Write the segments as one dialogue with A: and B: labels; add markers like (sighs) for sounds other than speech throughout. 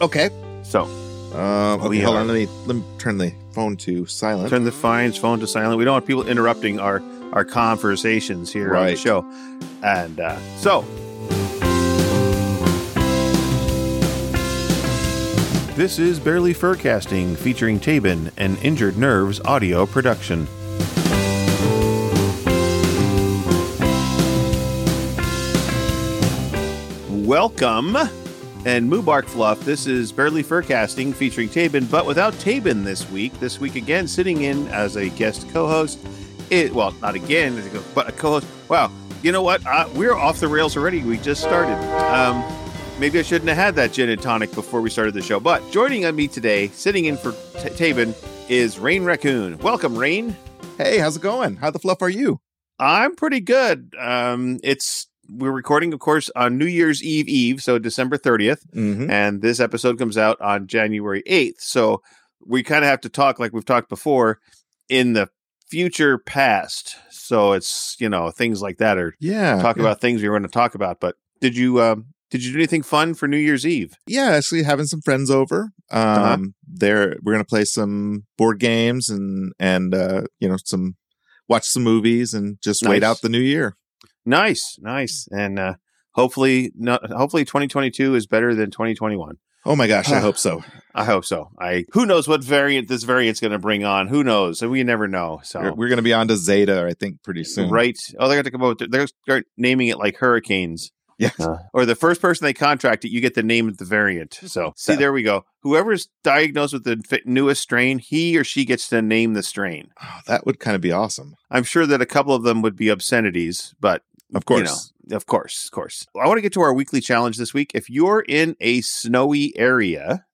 A: Okay.
B: So
A: Um, okay,
B: Uh, We
A: hold
B: are-
A: on. Let me let me turn the phone to silent.
B: turn the phone's phone to silent. We don't want people interrupting our our conversations here on the
A: Right.
B: show. And uh, so this is Barely Furcasting featuring Tabin and Injured Nerves audio production. Welcome and Mubark Fluff. This is Barely Furcasting featuring Tabin, but without Tabin this week. This week again, sitting in as a guest co-host. It well, not again, as a co- but a co-host. Wow, you know what? Uh, we're off the rails already. We just started. Um, maybe I shouldn't have had that gin and tonic before we started the show. But joining on me today, sitting in for T- Tabin, is Rain Raccoon. Welcome, Rain.
A: Hey, how's it going? How the fluff are you?
B: I'm pretty good. Um, it's we're recording, of course, on New Year's Eve Eve, so December 30th.
A: Mm-hmm.
B: and this episode comes out on January 8th. So we kind of have to talk like we've talked before in the future past. So it's, you know, things like that or
A: Yeah.
B: talk
A: yeah.
B: about things we were going to talk about. But did you, um, did you do anything fun for New Year's Eve?
A: yeah, actually having some friends over. Um,
B: Uh-huh.
A: there we're gonna play some board games and and uh, you know some watch some movies and just wait
B: Nice.
A: out the new year.
B: Nice, nice.
A: Mm.
B: And, uh, hopefully not, hopefully 2022 is better than 2021.
A: Oh my gosh, I
B: Ah. (sighs)
A: hope so.
B: I hope so. I, who knows what variant this variant's going to bring on? Who knows? And we never know. So
A: We're, we're gonna be on to Zeta, I think, pretty soon.
B: Right. Oh, they're going to come up. With, they're going to start naming it like hurricanes.
A: Yeah.
B: Uh, or the first person they contract it, you get the name of the variant. So see, there we go. Whoever's diagnosed with the fi- newest strain, he or she gets to name the strain.
A: Oh, that would kind of be awesome.
B: I'm sure that a couple of them would be obscenities, but
A: Of course.
B: you know, of course, of course. I want to get to our weekly challenge this week. If you're in a snowy area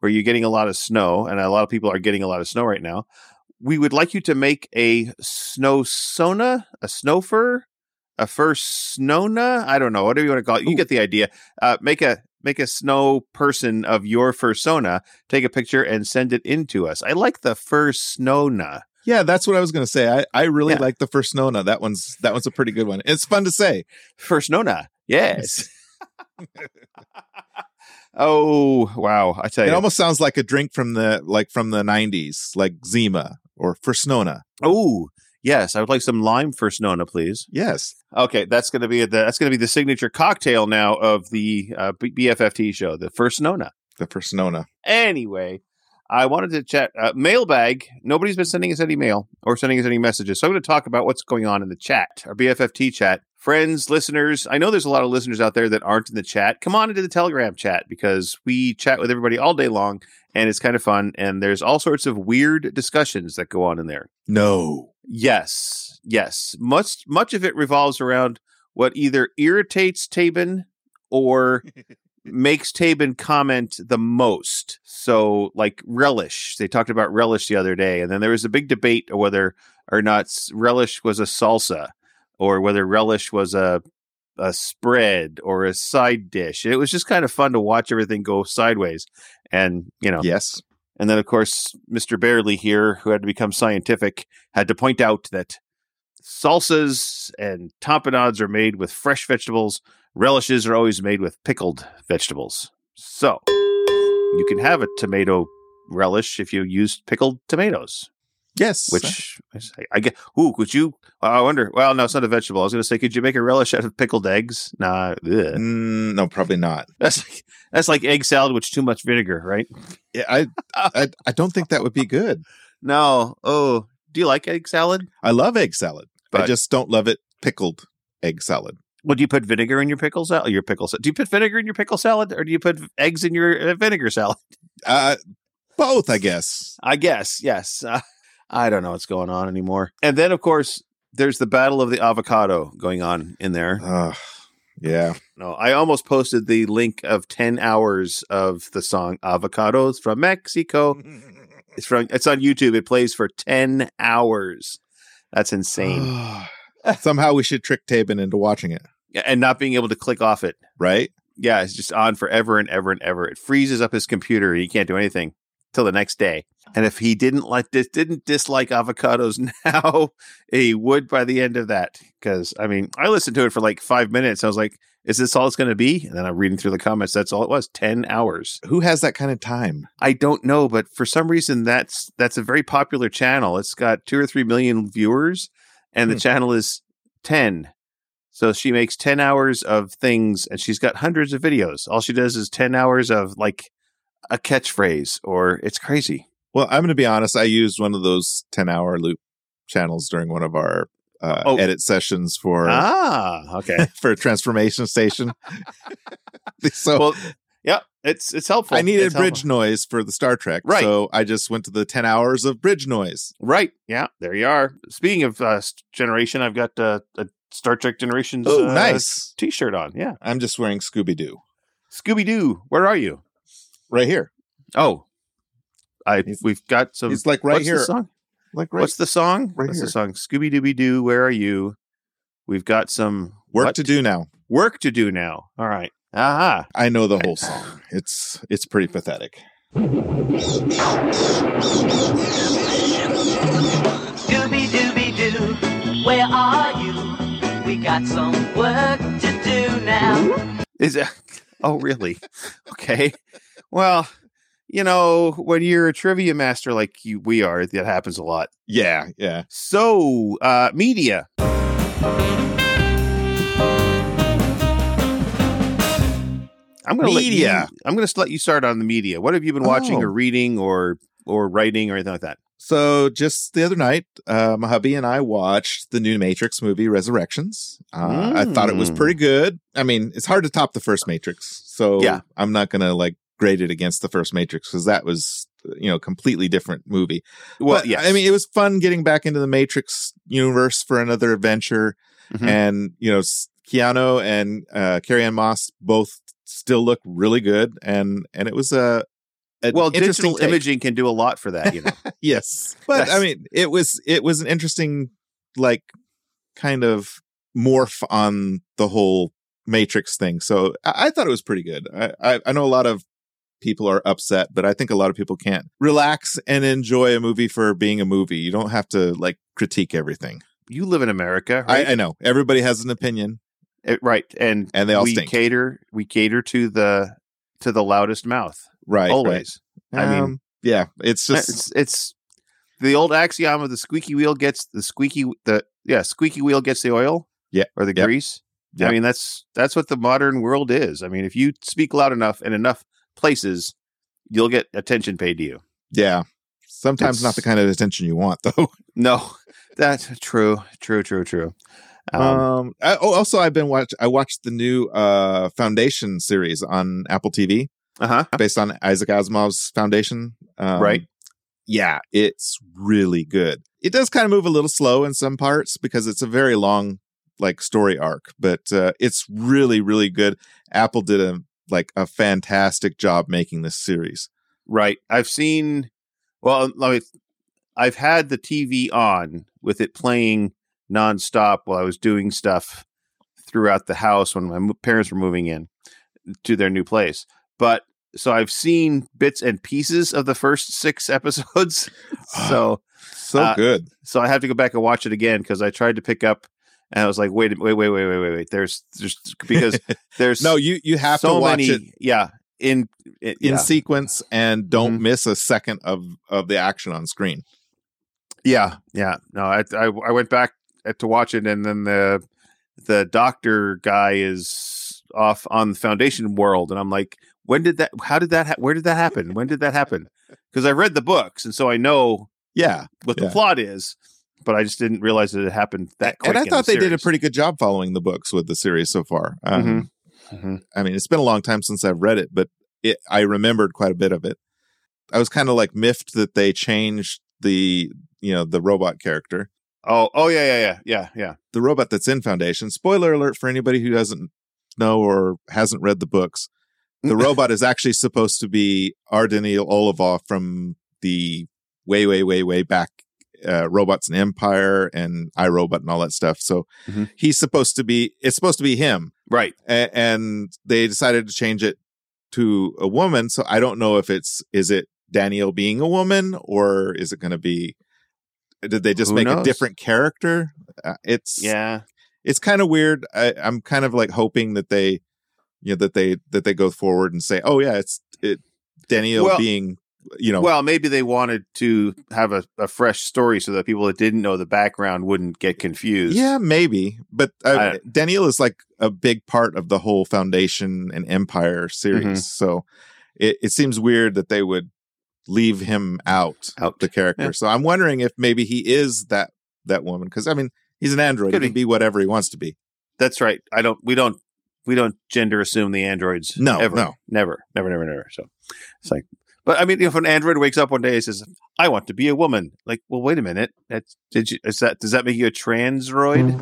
B: where you're getting a lot of snow, and a lot of people are getting a lot of snow right now, we would like you to make a snow sona, a snow fur, a fur snona. I don't know, whatever you want to call it. You
A: Ooh.
B: get the idea. Uh, make a make a snow person of your fursona. Take a picture and send it in to us. I like the fur snona.
A: Yeah, that's what I was gonna say. I, I really
B: Yeah.
A: like the first Nona. That one's that one's a pretty good one. It's fun to say.
B: Fur snona. Yes. Oh wow! I tell
A: It
B: you.
A: almost sounds like a drink from the like from the nineties, like Zima or Fresnona.
B: oh yes, I would like some lime for Snona, please.
A: Yes.
B: Okay, that's gonna be the that's gonna be the signature cocktail now of the uh, B- BFFT show, the first Nona.
A: The Fresnona.
B: Anyway, I wanted to chat uh, mailbag. Nobody's been sending us any mail or sending us any messages, so I'm going to talk about what's going on in the chat, our BFFT chat. Friends, listeners, I know there's a lot of listeners out there that aren't in the chat. Come on into the Telegram chat because we chat with everybody all day long, and it's kind of fun. And there's all sorts of weird discussions that go on in there.
A: No.
B: Yes, yes. Much much of it revolves around what either irritates Tabin or makes Tabin comment the most. So, like relish, they talked about relish the other day, and then there was a big debate of whether or not s- relish was a salsa or whether relish was a a spread or a side dish. It was just kind of fun to watch everything go sideways, and you know,
A: Yes.
B: and then, of course, Mr. Barely here, who had to become scientific, had to point out that salsas and tamponads are made with fresh vegetables. Relishes are always made with pickled vegetables. So you can have a tomato relish if you use pickled tomatoes,
A: Yes.
B: which I- I get. Ooh, could you? I wonder. Well, no, it's not a vegetable. I was going to say, could you make a relish out of pickled eggs? Nah, ugh.
A: Mm, no, probably not.
B: that's like, that's like egg salad with too much vinegar, right?
A: Yeah, I,
B: (laughs)
A: I I don't think that would be good.
B: No. Oh, do you like egg salad?
A: I love egg salad. I
B: But-
A: just don't love it pickled egg salad.
B: Well, do you put vinegar in your pickle salad? Your pickle salad? Do you put vinegar in your pickle salad, or do you put eggs in your uh, vinegar salad? (laughs)
A: Uh both, I guess.
B: I guess yes. (laughs) Uh, I don't know what's going on anymore. And then, of course, there's the battle of the avocado going on in there.
A: Ugh. yeah.
B: No, I almost posted the link of ten hours of the song "Avocados from Mexico."
A: Mm. (sighs)
B: It's from it's on YouTube. It plays for ten hours. That's
A: (gasps)
B: insane,
A: Somehow we should trick Tabin into watching it,
B: and not being able to click off it.
A: right?
B: Yeah, it's just on forever and ever and ever. It freezes up his computer. He can't do anything till the next day. And if he didn't like this, didn't dislike avocados (laughs) now, he would by the end of that. Because I mean, I listened to it for like five minutes. I was like, is this all it's going to be? And then I'm reading through the comments. That's all it was. 10 hours.
A: Who has that kind of time?
B: I don't know, but for some reason that's that's a very popular channel. It's got 2 or 3 million viewers and the
A: Hmm.
B: channel is 10. So she makes 10 hours of things and she's got hundreds of videos. All she does is 10 hours of like a catchphrase or it's crazy.
A: Well, I'm going to be honest. I used one of those 10 hour loop channels during one of our uh,
B: Oh.
A: edit sessions for
B: Ah, (laughs) okay.
A: (laughs) for
B: (laughs)
A: Transformation Station. so
B: well, yeah, it's it's helpful.
A: I needed
B: It's helpful.
A: bridge noise for the Star Trek.
B: Right.
A: So I just went to the 10 hours of bridge noise.
B: Right. Yeah. There you are. Speaking of uh, s- generation, I've got uh, a Star Trek Generations
A: Oh,
B: uh,
A: nice.
B: t-shirt on. Yeah.
A: I'm just wearing Scooby Doo
B: Scooby Doo, where are you?
A: right here.
B: Oh, I
A: He's-
B: we've got some.
A: It's like right
B: what's
A: here.
B: The song?
A: Like right.
B: What's the song?
A: right
B: what's
A: here.
B: the song? Scooby Dooby Doo, where are you? We've got some
A: Work
B: what?
A: to do now.
B: work to do now. All right. Aha.
A: I know the whole song.
B: (sighs)
A: It's it's pretty pathetic.
C: Scooby Dooby Doo, where are you? We got some work to do now.
B: Is it? (laughs) Oh, really? okay. Well, you know, when you're a trivia master like you, we are, that happens a lot.
A: Yeah, yeah.
B: So, uh, media. I'm gonna
A: Media.
B: Let you, I'm gonna let you start on the media. What have you been watching
A: Oh.
B: or reading or or writing or anything like that?
A: So just the other night, uh, my hubby and I watched the new Matrix movie Resurrections. Uh, I thought it was
B: Mm.
A: pretty good. I mean, it's hard to top the first Matrix, so
B: Yeah.
A: I'm not gonna like grade it against the first Matrix because that was you know completely different movie.
B: Well,
A: But,
B: yeah,
A: I mean, it was fun getting back into the Matrix universe for another adventure,
B: Mhm.
A: and you know, s- Keanu and uh, Carrie Ann Moss both still look really good, and and it was a, an
B: well,
A: interesting
B: digital
A: take.
B: imaging can do a lot for that.
A: (laughs)
B: You know,
A: yes. But I
B: That's-
A: mean, it was it was an interesting like kind of morph on the whole Matrix thing. So I, I thought it was pretty good. I, I I know a lot of people are upset, but I think a lot of people can't relax and enjoy a movie for being a movie. You don't have to like critique everything.
B: you live in America, right?
A: I, I know everybody has an opinion,
B: Eh, right, and
A: and they all
B: we
A: stink.
B: cater we cater to the to the loudest mouth
A: right?
B: always.
A: right.
B: I mean-
A: Um, yeah, it's just
B: Eh, it's, it's the old axiom of the squeaky wheel gets the squeaky the yeah squeaky wheel gets the oil
A: Yeah.
B: or the
A: Yep.
B: grease
A: Yep.
B: i mean that's that's what the modern world is i mean if you speak loud enough in enough places you'll get attention paid to you
A: yeah. Sometimes
B: It's-
A: not the kind of attention you want, though.
B: no (laughs) that's true true true true um,
A: Um, I, oh, also I've been watch. I watched the new uh Foundation series on Apple TV,
B: uh-huh
A: based on Isaac Asimov's Foundation. Um,
B: Right.
A: Yeah, it's really good. It does kind of move a little slow in some parts because it's a very long like story arc, but uh, it's really really good. Apple did a like a fantastic job making this series.
B: right i've seen well let me i've had the tv on with it playing nonstop while i was doing stuff throughout the house when my mo- parents were moving in to their new place but so i've seen bits and pieces of the first six (laughs) episodes so
A: So
B: Uh, (laughs)
A: good.
B: so i have to go back and watch it again because i tried to pick up and i was like wait a- wait wait wait wait wait wait there's there's because there's
A: (laughs) No, you you have
B: so
A: to watch
B: many
A: it
B: yeah in in,
A: in
B: yeah.
A: sequence and don't
B: Mhm.
A: miss a second of of the action on screen.
B: Yeah, yeah. No, I I, I went back uh, to watch it, and then the the doctor guy is off on the Foundation world, and I'm like, when did that? How did that? Ha- where did that happen? When did that
A: (laughs)
B: happen? Because I read the books, and so I know
A: Yeah.
B: what
A: Yeah.
B: the plot is, but I just didn't realize that it happened that quick.
A: and I
B: in
A: thought
B: the
A: they did a
B: series.
A: pretty good job following the books with the series so far. Um,
B: Mhm.
A: I mean, it's been a long time since I've read it, but it, I remembered quite a bit of it. I was kind of like miffed that they changed the you know the robot character,
B: Oh, oh yeah, yeah, yeah, yeah, yeah.
A: the robot that's in Foundation. Spoiler alert for anybody who doesn't know or hasn't read the books. The
B: Mm.
A: robot is actually supposed to be Ardenil Olivov from the way, way, way, way back uh, robots and Empire and iRobot and all that stuff. So
B: Mhm.
A: he's supposed to be. It's supposed to be him
B: Right.
A: a- and they decided to change it to a woman so i don't know if it's is it danielle being a woman or is it going to be did they just
B: Who
A: make a
B: knows?
A: different character uh, it's
B: Yeah.
A: it's kind of weird. I, I'm kind of like hoping that they, you know, that they that they go forward and say, oh yeah, it's it Daniel
B: Well-
A: being, you know,
B: Well, maybe they wanted to have a, a fresh story so that people that didn't know the background wouldn't get confused.
A: yeah, maybe. But uh,
B: I-
A: Daniel is like a big part of the whole Foundation and Empire series,
B: Mhm.
A: so it, it seems weird that they would leave him out
B: Out.
A: the character.
B: Yeah.
A: So I'm wondering if maybe he is that that woman because I mean he's an android.
B: Could
A: he can
B: be.
A: be whatever he wants to be.
B: That's right. I don't. We don't. We don't gender assume the androids.
A: No,
B: ever.
A: no.
B: never, never, never, never. So it's like, but I mean, if an android wakes up one day and says, "I want to be a woman," like, well, wait a minute. That's did you? Is that does that make you a transroid?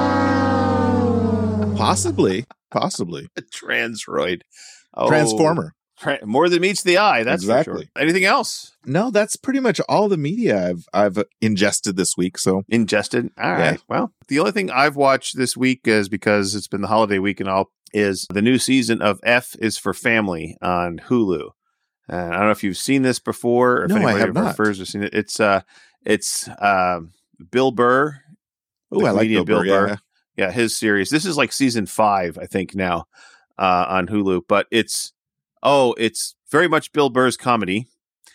B: (laughs)
A: Possibly, possibly
B: A transroid. Oh,
A: transformer.
B: tra- more than meets the eye. That's exactly.
A: Exactly.
B: Anything else
A: No, that's pretty much all the media I've I've ingested this week. So
B: ingested? All right.
A: Yeah.
B: Well, the only thing I've watched this week is because it's been the holiday week and all is the new season of F is for Family on Hulu. And I don't know if you've seen this before. Or if
A: No, I
B: anybody
A: have
B: of our
A: not.
B: First, seen it. It's uh, it's um, Bill Burr
A: oh,
B: The
A: I like
B: comedian
A: Bill Burr.
B: Bill Burr.
A: yeah.
B: yeah his series this is like season five i think now uh on hulu but it's oh it's very much bill burr's comedy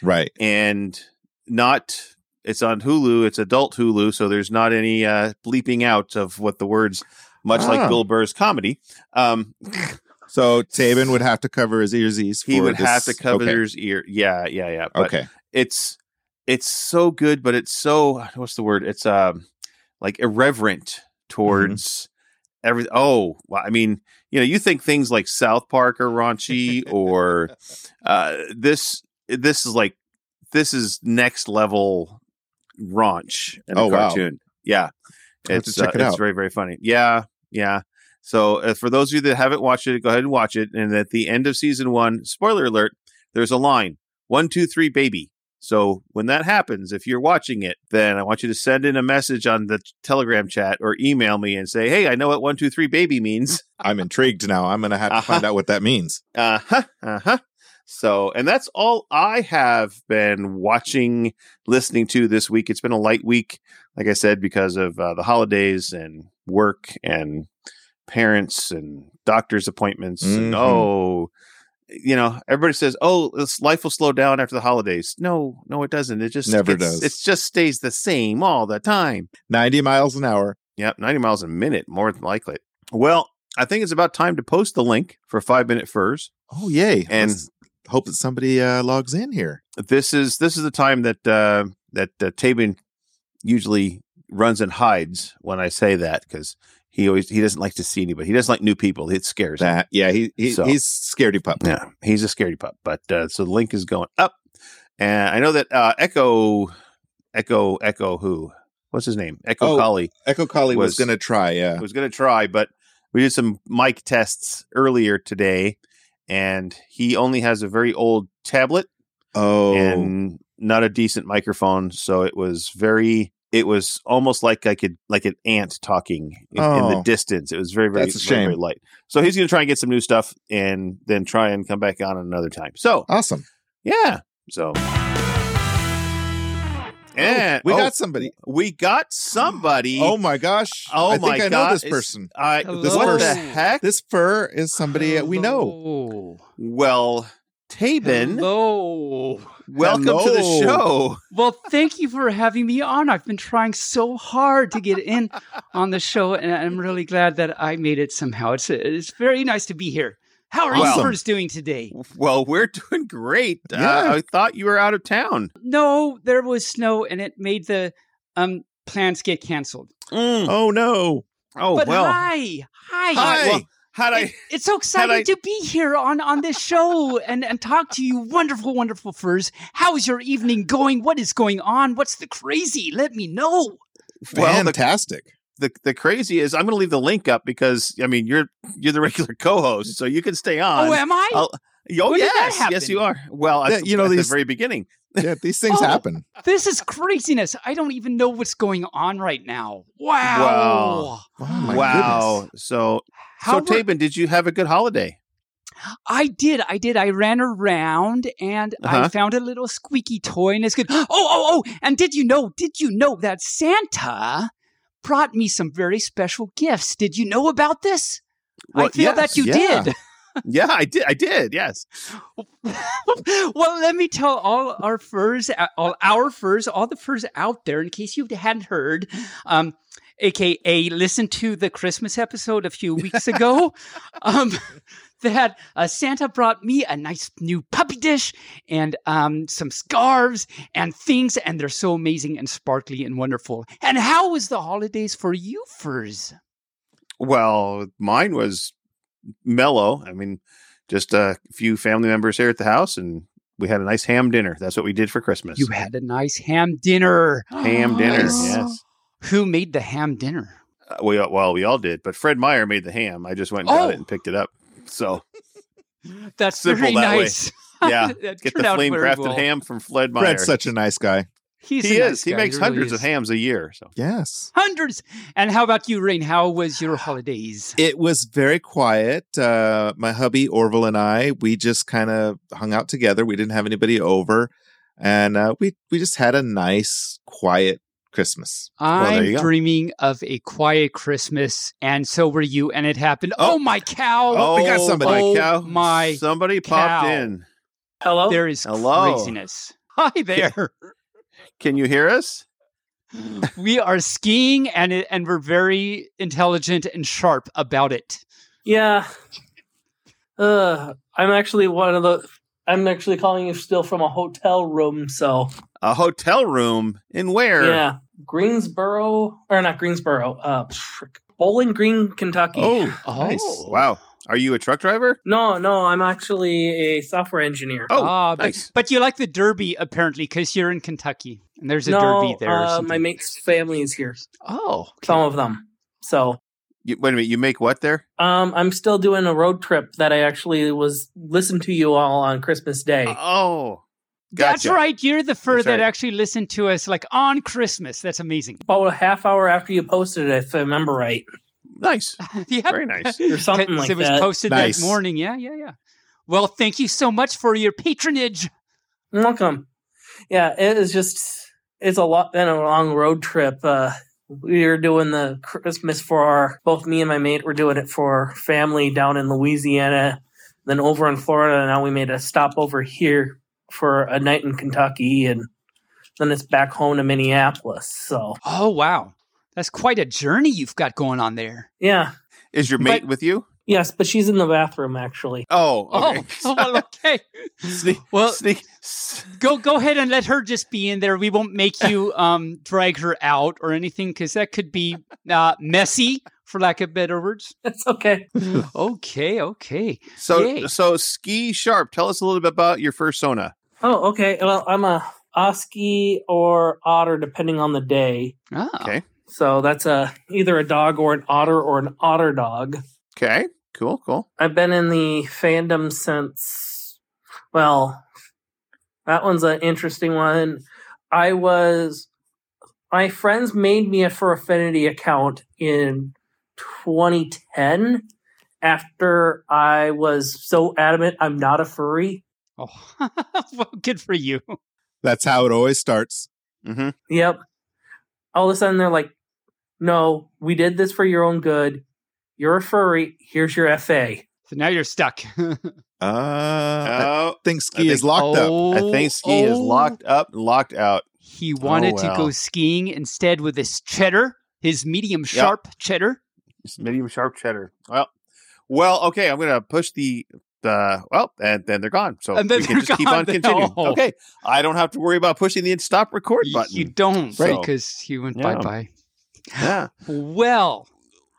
A: Right.
B: and not it's on hulu it's adult hulu so there's not any uh bleeping out of what the words much
A: Ah.
B: like bill burr's comedy um
A: So Taven would have to cover his ears. ears
B: he
A: for
B: would
A: this-
B: have to cover
A: Okay.
B: his ear yeah yeah yeah but
A: okay.
B: it's it's so good, but it's so uh, what's the word? It's um like irreverent
A: Mm-hmm.
B: towards every. Oh, well, I mean, you know, you think things like South Park are raunchy, or
A: (laughs)
B: uh, this this is like this is next level raunch in a
A: Oh, wow.
B: cartoon. Yeah,
A: I'll have to
B: it's
A: check
B: uh,
A: it
B: it's
A: out.
B: very very funny. Yeah, yeah. So uh, for those of you that haven't watched it, go ahead and watch it. And at the end of season one, spoiler alert, there's a line one two three baby. So when that happens, if you're watching it, then I want you to send in a message on the Telegram chat or email me and say, "Hey, I know what one two three baby means."
A: I'm intrigued now. I'm gonna have to find
B: Uh-huh.
A: out what that means.
B: Uh huh. Uh huh. So, and that's all I have been watching, listening to this week. It's been a light week, like I said, because of uh, the holidays and work and parents and doctor's appointments. And,
A: Mhm.
B: oh, you know, everybody says, "Oh, this life will slow down after the holidays." No, no, it doesn't. It just
A: Never
B: gets-
A: does.
B: It just stays the same all the time.
A: Ninety miles an hour.
B: Yep, 90 miles a minute, more than likely. Well, I think it's about time to post the link for five minute furs.
A: Oh yay!
B: And-
A: Let's hope that somebody uh, logs in here.
B: this is this is the time that uh, that uh, Taven usually runs and hides when I say that because he always he doesn't like to see anybody. He doesn't like new people. It scares him.
A: That yeah, he, he
B: So-
A: he's scaredy pup.
B: Yeah, he's a scaredy pup. But uh, so the link is going up, and I know that uh, Echo, Echo, Echo, who what's his name? Echo
A: Oh,
B: Collie
A: Echo Collie was,
B: Was-
A: gonna try. Yeah,
B: was going to try, but we did some mic tests earlier today, and he only has a very old tablet.
A: Oh,
B: and not a decent microphone so it was very it was almost like i could like an ant talking in, in the
A: Oh.
B: distance it was very very,
A: That's a
B: very, very
A: shame.
B: light so he's going to try and get some new stuff and then try and come back on another time so
A: awesome!
B: yeah so yeah
A: Oh, we
B: oh,
A: got somebody.
B: we got somebody
A: Oh my gosh!
B: Oh
A: I think
B: my
A: I know
B: God,
A: this
B: it's-
A: person.
B: I,
D: Hello.
B: what the
A: Hello.
B: heck
A: This fur is somebody
B: uh,
A: that we know.
D: Hello.
B: well taben
D: Hello.
B: welcome to the
A: Hello.
B: show
D: Well, thank you for having me on. I've been trying so hard to get in on the show, and I'm really glad that I made it somehow. It's it's very nice to be here. How are
B: Awesome.
D: you first doing today?
B: Well, we're (laughs) doing great.
A: Yeah.
B: Uh, I thought you were out of town.
D: No, there was snow, and it made the um, plans get canceled.
A: Oh no!
B: Oh
D: Mm. but
B: well.
D: hi, hi,
B: Hi. Well, how'd I?
D: (laughs)
B: (laughs)
D: It- it's so exciting
B: I-
D: to be here on on this show and and talk to you wonderful wonderful furs how is your evening going what is going on what's the crazy let me know
B: Well, the,
A: Fantastic.
B: the the crazy is I'm going to leave the link up because I mean you're you're the (laughs) regular co-host, so you can stay on.
D: oh am i
B: I'll- Oh
D: when did that
B: yes, yes you are.
D: happen?
B: Well, at
A: Yeah,
B: the-
A: you know,
B: at
A: these-
B: the very beginning.
A: yeah, these things
D: Oh.
A: happen.
D: this is craziness i don't even know what's going on right now wow
B: Wow.
A: Oh, my
B: wow. So
D: how
B: so
D: were-
B: Taben, did you have a good
D: (laughs)
B: holiday?
D: I did. I did. I ran around and
B: Uh-huh.
D: I found a little squeaky toy and it's good. Oh, oh, oh. And did you know, did you know that Santa brought me some very special gifts. Did you know about this? I
B: Well,
D: feel
B: yes,
D: that you
B: yeah.
D: did.
B: yeah, I did. I did. Yes.
D: (laughs) well, let me tell all our furs, uh, all our furs, all the furs out there, in case you hadn't heard, um, aka listen to the Christmas episode a few weeks ago, um, (laughs) that uh, Santa brought me a nice new puppy dish and um, some scarves and things, and they're so amazing and sparkly and wonderful. And how was the holidays for you furs?
B: Well, mine was mellow. I mean, just a few family members here at the house, and we had a nice ham dinner. That's what we did for Christmas.
D: You had a nice ham dinner. (gasps)
B: ham dinner.
A: Nice.
B: Yes.
D: Who made the ham dinner?
B: Uh, we all- well, we all did, but Fred Meyer made the ham. I just went and got
D: Oh.
B: it and picked it up. So
D: That's
B: Simple
D: very
B: that way.
D: nice.
B: (laughs) yeah,
D: (laughs) That
B: get
D: turned
B: the
D: out
B: flame
D: very
B: crafted
D: well.
B: ham from Fred Meyer.
A: Fred's such a nice guy.
D: He's
B: he
D: a
B: is.
D: nice
B: he
D: guy.
B: makes
D: really
B: hundreds of
D: is.
B: hams a year. So
A: Yes.
D: Hundreds. And how about you, Rain? How was your holidays?
A: It was very quiet. Uh, my hubby Orville and I, we just kind of hung out together. We didn't have anybody over, and uh, we we just had a nice, quiet Christmas.
B: there
D: I'm
B: you go.
D: dreaming of a quiet Christmas, and so were you, and it happened. Oh, my cow!
A: Oh, we got somebody.
D: Oh,
B: My cow.
D: my
B: somebody popped
D: cow.
B: in.
E: Hello?
D: There is
B: Hello.
D: craziness.
B: (laughs)
D: Hi there.
B: Can you hear us?
D: we are skiing, and it, and we're very intelligent and sharp about it.
E: Yeah. Uh, I'm actually one of the. I'm actually calling you still from a hotel room, so
B: A hotel room in where?
E: yeah, Greensboro or not Greensboro, uh, frick, Bowling Green, Kentucky.
B: Oh,
D: Oh,
A: Nice.
B: wow. Are you a truck driver?
E: No, no, I'm actually a software engineer.
B: Oh,
D: Ah,
B: nice.
D: But you like the Derby apparently because you're in Kentucky, and there's a
E: no,
D: Derby there. or
E: uh,
D: something.
E: my mate's family is here.
D: Oh,
E: Some of them. So
B: You, wait a minute. You make what there?
E: um, I'm still doing a road trip that I actually was listened to you all on Christmas Day.
B: Oh,
D: That's
B: gotcha.
D: right. You're the fur
B: That's
D: that
B: right.
D: actually listened to us like on Christmas. That's amazing. (laughs)
E: About a half hour after you posted it, if I remember right.
D: (laughs)
B: Nice.
D: yeah.
B: Very nice.
D: (laughs)
E: Or something
D: Because
E: like
D: it was
E: that.
D: posted
A: Nice.
D: that morning. Yeah, yeah, yeah. Well, thank you so much for your patronage.
E: Welcome. Yeah, it is just it's a lot been a long road trip. Uh we were doing the Christmas for our both me and my mate were doing it for family down in Louisiana, then over in Florida, and now we made a stop over here for a night in Kentucky and then it's back home to Minneapolis. So
D: Oh, wow. That's quite a journey you've got going on there.
E: yeah.
B: Is your mate
D: But-
B: with you?
E: Yes, but she's in the bathroom actually. (laughs)
B: Oh,
D: (laughs)
B: okay.
D: Oh, well, okay.
B: Sneak, (laughs)
D: Well,
B: sneak. s-
D: go go ahead and let her just be in there. We won't make you um, drag her out or anything because that could be uh, messy, for lack of better words.
E: That's okay.
D: Okay, okay.
B: So,
D: Yay.
B: so ski sharp. Tell us a little bit about your first Sona.
E: Oh, okay. Well, I'm a Oski or otter depending on the day.
D: Ah.
B: Okay.
E: So that's a either a dog or an otter or an otter dog.
B: Okay, cool, cool.
E: I've been in the fandom since well, that one's an interesting one. I was my friends made me a Fur Affinity account in 2010 after I was so adamant I'm not a furry.
D: Oh, (laughs) well, good for you.
A: That's how it always starts.
B: Mm-hmm.
E: Yep. All of a sudden they're like, "No, we did this for your own good. You're a furry. Here's your FA."
D: So now you're stuck. (laughs)
A: Uh, I
B: Oh,
A: think
B: I
A: ski
B: think-
A: is locked up.
B: I think ski is
D: Uh, oh.
B: locked up and locked out.
D: He wanted
B: wow.
D: to go skiing instead with his cheddar, his medium sharp cheddar.
B: It's medium sharp cheddar. Well, well, okay. I'm gonna push the the well, and then they're gone. So
D: And then
B: we can
D: they're
B: just keep on
D: gone. (laughs)
B: continuing.
D: No.
B: Okay, I don't have to worry about pushing the stop record
D: Y-
B: button.
D: You don't
B: Right.
D: because he went
B: Yeah.
D: bye bye.
B: yeah.
D: Well,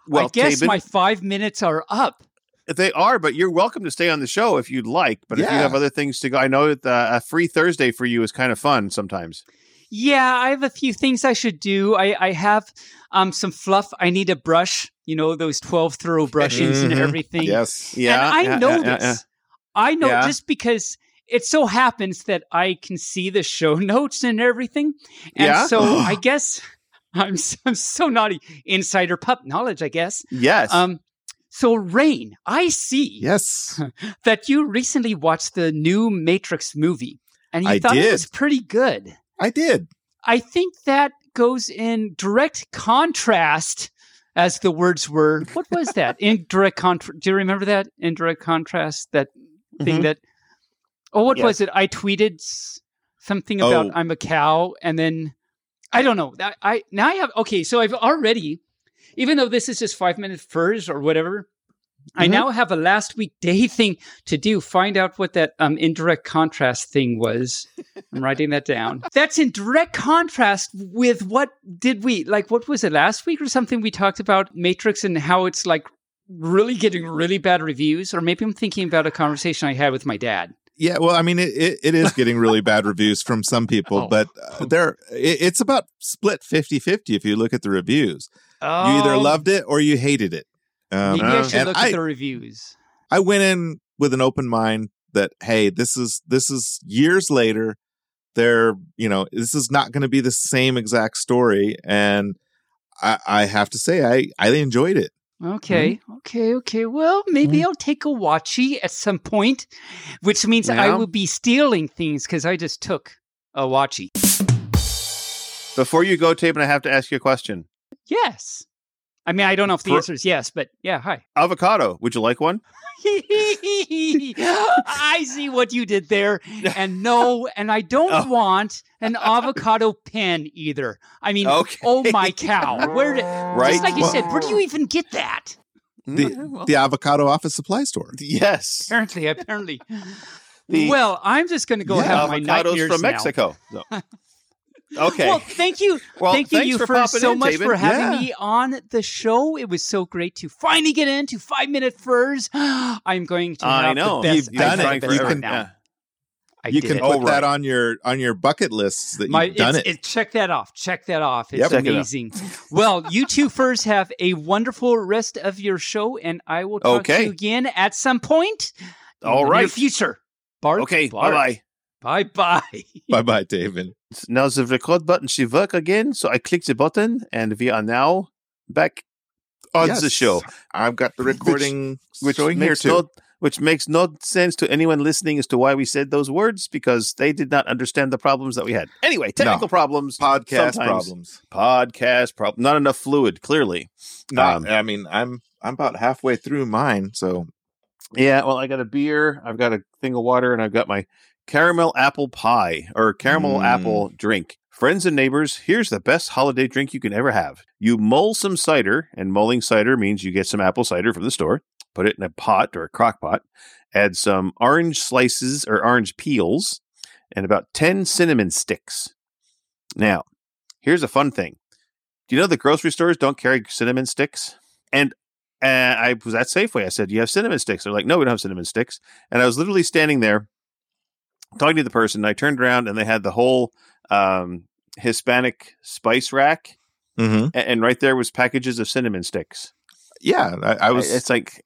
B: Well,
D: I guess
B: Taben,
D: my five minutes are up.
B: they are, but you're welcome to stay on the show if you'd like. But if you
A: Yeah.
B: have other things to go, I know that uh, a free Thursday for you is kind of fun sometimes.
D: Yeah, I have a few things I should do. I, I have um, some fluff. I need a brush, you know, those 12 throw brushings and
A: Mhm.
B: Mm-hmm.
D: everything.
A: Yes.
B: Yeah,
D: and I
B: yeah,
D: know
B: yeah, yeah,
D: this. I know
B: Yeah.
D: just because it so happens that I can see the show (laughs) notes and everything. And
B: Yeah?
D: so
B: (gasps)
D: I guess (laughs) I'm, s- I'm so naughty. Insider pup knowledge, I guess.
B: yeah. Yes.
D: Um, so, Rain, I see
A: Yes.
D: (laughs) that you recently watched the new Matrix movie and you
A: I
D: thought
A: did.
D: it was pretty good.
A: I did.
D: I think that goes in direct contrast as the words were. What was that? in direct contrast. Do you remember that? In direct contrast, that thing that. Oh, what
B: Yes.
D: was it? I tweeted s- something about
A: Oh.
D: I'm a cow, and then I don't know. That I now I have okay. So I've already, even though this is just five minute furs or whatever. I
B: Mhm.
D: now have a last week day thing to do. Find out what that um, indirect contrast thing was. I'm writing that down. That's in direct contrast with what did we like? What was it last week or something? We talked about Matrix and how it's like really getting really bad reviews, or maybe I'm thinking about a conversation I had with my dad.
A: Yeah, well, I mean, it, it, it is getting
D: (laughs)
A: really bad reviews from some people,
D: Oh.
A: but uh, there it, it's about split 50 50 if you look at the reviews. You either loved it or you hated it. Um,
D: Maybe I
B: Uh,
D: Um, should
A: and
D: look
A: I-
D: at the reviews.
A: I went in with an open mind that hey, this is this is years later. There, you know, this is not going to be the same exact story, and I, I have to say, I I enjoyed it.
D: Okay,
A: Hmm?
D: okay, okay. Well, maybe I'll take a watchy at some point, which means I
B: Yeah.
D: will be stealing things because I just took a watchy.
B: Before you go, Taven, I have to ask you a question.
D: Yes. I mean, I don't know if the
B: For-
D: answer is yes, but yeah, hi.
B: Avocado, would you like one?
D: (laughs) I see what you did there. And no, and I don't
B: Oh.
D: want an avocado pen either. I mean,
B: Okay.
D: oh
B: (laughs)
D: my cow. Where did,
B: Right?
D: just like you
A: Well-
D: said, where do you even get that?
A: The, the avocado office supply store.
B: yes.
D: Apparently, apparently.
B: The-
D: well, I'm just going to go
A: Yeah,
D: have my
B: Avocados
D: nightmares
B: from
D: now.
B: Mexico.
D: (laughs)
B: No. Okay.
D: Well, thank you.
B: Well,
D: thank you,
B: thanks
D: you
B: for
D: for,
B: popping
D: so
B: in,
D: much
B: Taven.
D: for having
A: Yeah.
D: me on the show. It was so great to finally get into five minute furs. (gasps) I'm going to.
B: I
D: have
B: know.
D: The best
A: You've done it.
D: I've had
A: You
D: right
A: can-
D: now. I
A: you
D: did
A: can
D: it.
A: put
B: Oh, right.
A: that on your on your bucket lists that
D: My,
A: you've done it.
D: it's- it- Check that off. Check that off. It's
B: Yep. Check it off.
D: amazing. well, you two first have a wonderful rest of your show, and I will talk
B: Okay.
D: to you again at some point.
B: All
D: in
B: right.
D: The near future. Bark,
B: Okay. Bye
D: bark.
B: bye.
D: Bye bye.
A: bye bye, David.
B: Now the record button should work again. So I click the button and we are now back on
A: Yes.
B: the (laughs) show.
A: I've got the
B: Which-
A: recording
B: Which
A: showing here
B: makes
A: too.
B: no which makes no sense to anyone listening as to why we said those words because they did not understand the problems that we had. Anyway, technical problems,
A: Podcast
B: sometimes-
A: problems.
B: podcast problem, not enough fluid. Clearly,
A: Not,
B: Um,
A: I mean, I'm I'm about halfway through mine, so
B: Yeah, well, I got a beer, I've got a thing of water, and I've got my caramel apple pie or caramel
A: Mm.
B: apple drink. Friends and neighbors, here's the best holiday drink you can ever have. You mull some cider, and mulling cider means you get some apple cider from the store, put it in a pot or a crock pot, add some orange slices or orange peels, and about 10 cinnamon sticks. Now, here's a fun thing. Do you know the grocery stores don't carry cinnamon sticks? And uh, I was at Safeway. I said, "Do you have cinnamon sticks?" They're like, "No, we don't have cinnamon sticks." And I was literally standing there talking to the person. And I turned around and they had the whole um, Hispanic spice rack,
A: mm-hmm.
B: a- and right there was packages of cinnamon sticks.
A: yeah, I, I
B: I
A: was.
B: was, it's like,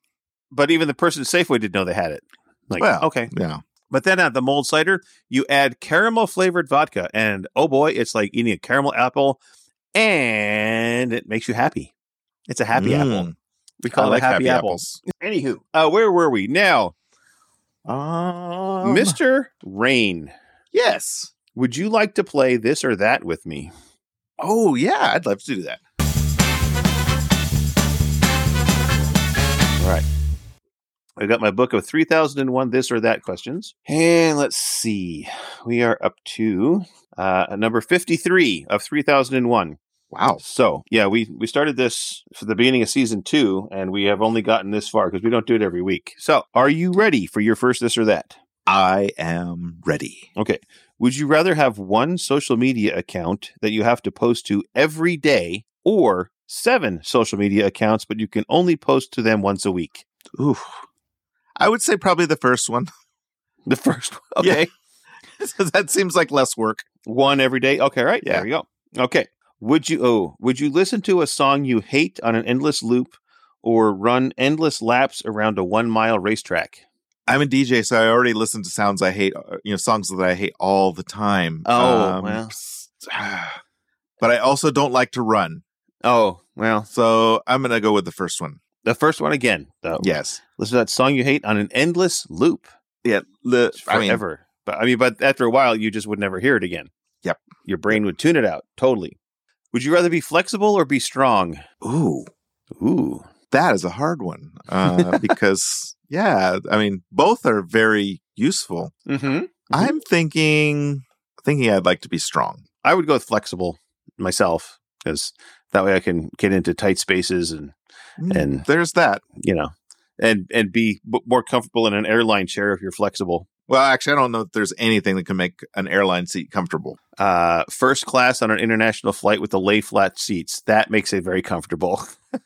B: but even the person at Safeway didn't know they had it. Like,
A: Well,
B: okay.
A: yeah,
B: But then at the mold cider, you add caramel flavored vodka, and oh boy, it's like eating a caramel apple, and it makes you happy. It's a happy
A: Mm.
B: apple. We call
A: I
B: it
A: like
B: a happy,
A: happy
B: apple.
A: apples.
B: Anywho, uh, where were we now,
A: Um,
B: Mister Rain?
A: Yes.
B: Would you like to play this or that with me?
A: Oh yeah, I'd love to do that.
B: All right. I've got my book of 3001 this or that questions. And let's see. We are up to uh, number 53 of 3001.
A: Wow.
B: So yeah, we we started this for the beginning of season two, and we have only gotten this far because we don't do it every week. So are you ready for your first this or that?
A: I am ready.
B: Okay. Would you rather have one social media account that you have to post to every day, or seven social media accounts, but you can only post to them once a week? (laughs)
A: Oof. I would say probably the first one. (laughs)
B: The first one.
A: Yeah. (laughs)
B: Okay.
A: that seems like less work.
B: One every day. Okay, right.
A: Yeah.
B: There we go. Okay. Would you oh, would you listen to a song you hate on an endless loop or run endless laps around a one mile racetrack?
A: I'm a DJ, so I already listen to sounds I hate, uh, you know, songs that I hate all the time. Um,
B: Oh, well.
A: (sighs) But I also don't like to run,
B: Oh, well,
A: so I'm gonna go with the first one.
B: the first one again. Though.
A: Yes,
B: Listen to that song you hate on an endless loop
A: yeah, the I mean,
B: forever. but I mean, but after a while, you just would never hear it again.
A: Yep.
B: Your brain would tune it out totally. Would you rather be flexible or be strong?
A: Ooh,
B: Ooh.
A: that is a hard one
B: (laughs)
A: uh, because yeah, I mean both are very useful.
B: Mm-hmm.
A: I'm thinking thinking I'd like to be strong.
B: I would go with flexible myself because that way I can get into tight spaces and
A: Mm,
B: And-
A: there's that.
B: you know and and be b- more comfortable in an airline chair if you're flexible.
A: Well, actually, I don't know if there's anything that can make an airline seat comfortable.
B: Uh, first class on an international flight with the lay flat seats that makes it very comfortable. (laughs)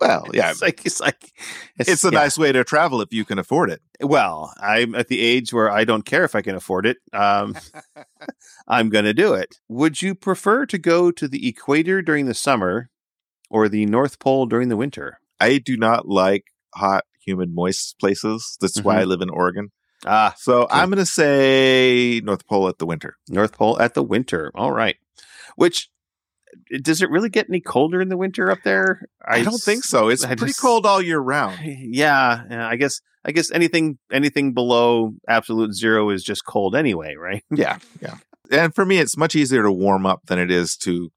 A: Well, yeah,
B: it's like it's like
A: it's a
B: yeah.
A: nice way to travel if you can afford it.
B: Well, I'm at the age where I don't care if I can afford it.
A: (laughs)
B: Um, (laughs) I'm going to do it. Would you prefer to go to the equator during the summer or the North Pole during the winter?
A: I do not like hot, humid, moist places. That's why
B: Mm-hmm.
A: I live in Oregon.
B: Ah,
A: So I'm going to say North Pole at the winter.
B: North Pole at the winter. All right. Which eh, does it really get any colder in the winter up there?
A: I, don't think so. It's
B: I
A: pretty
B: just-
A: cold all year round.
B: Yeah, yeah, I guess I guess anything anything below absolute zero is just cold anyway, right?
A: Yeah, yeah. And for me, it's much easier to warm up than it is to,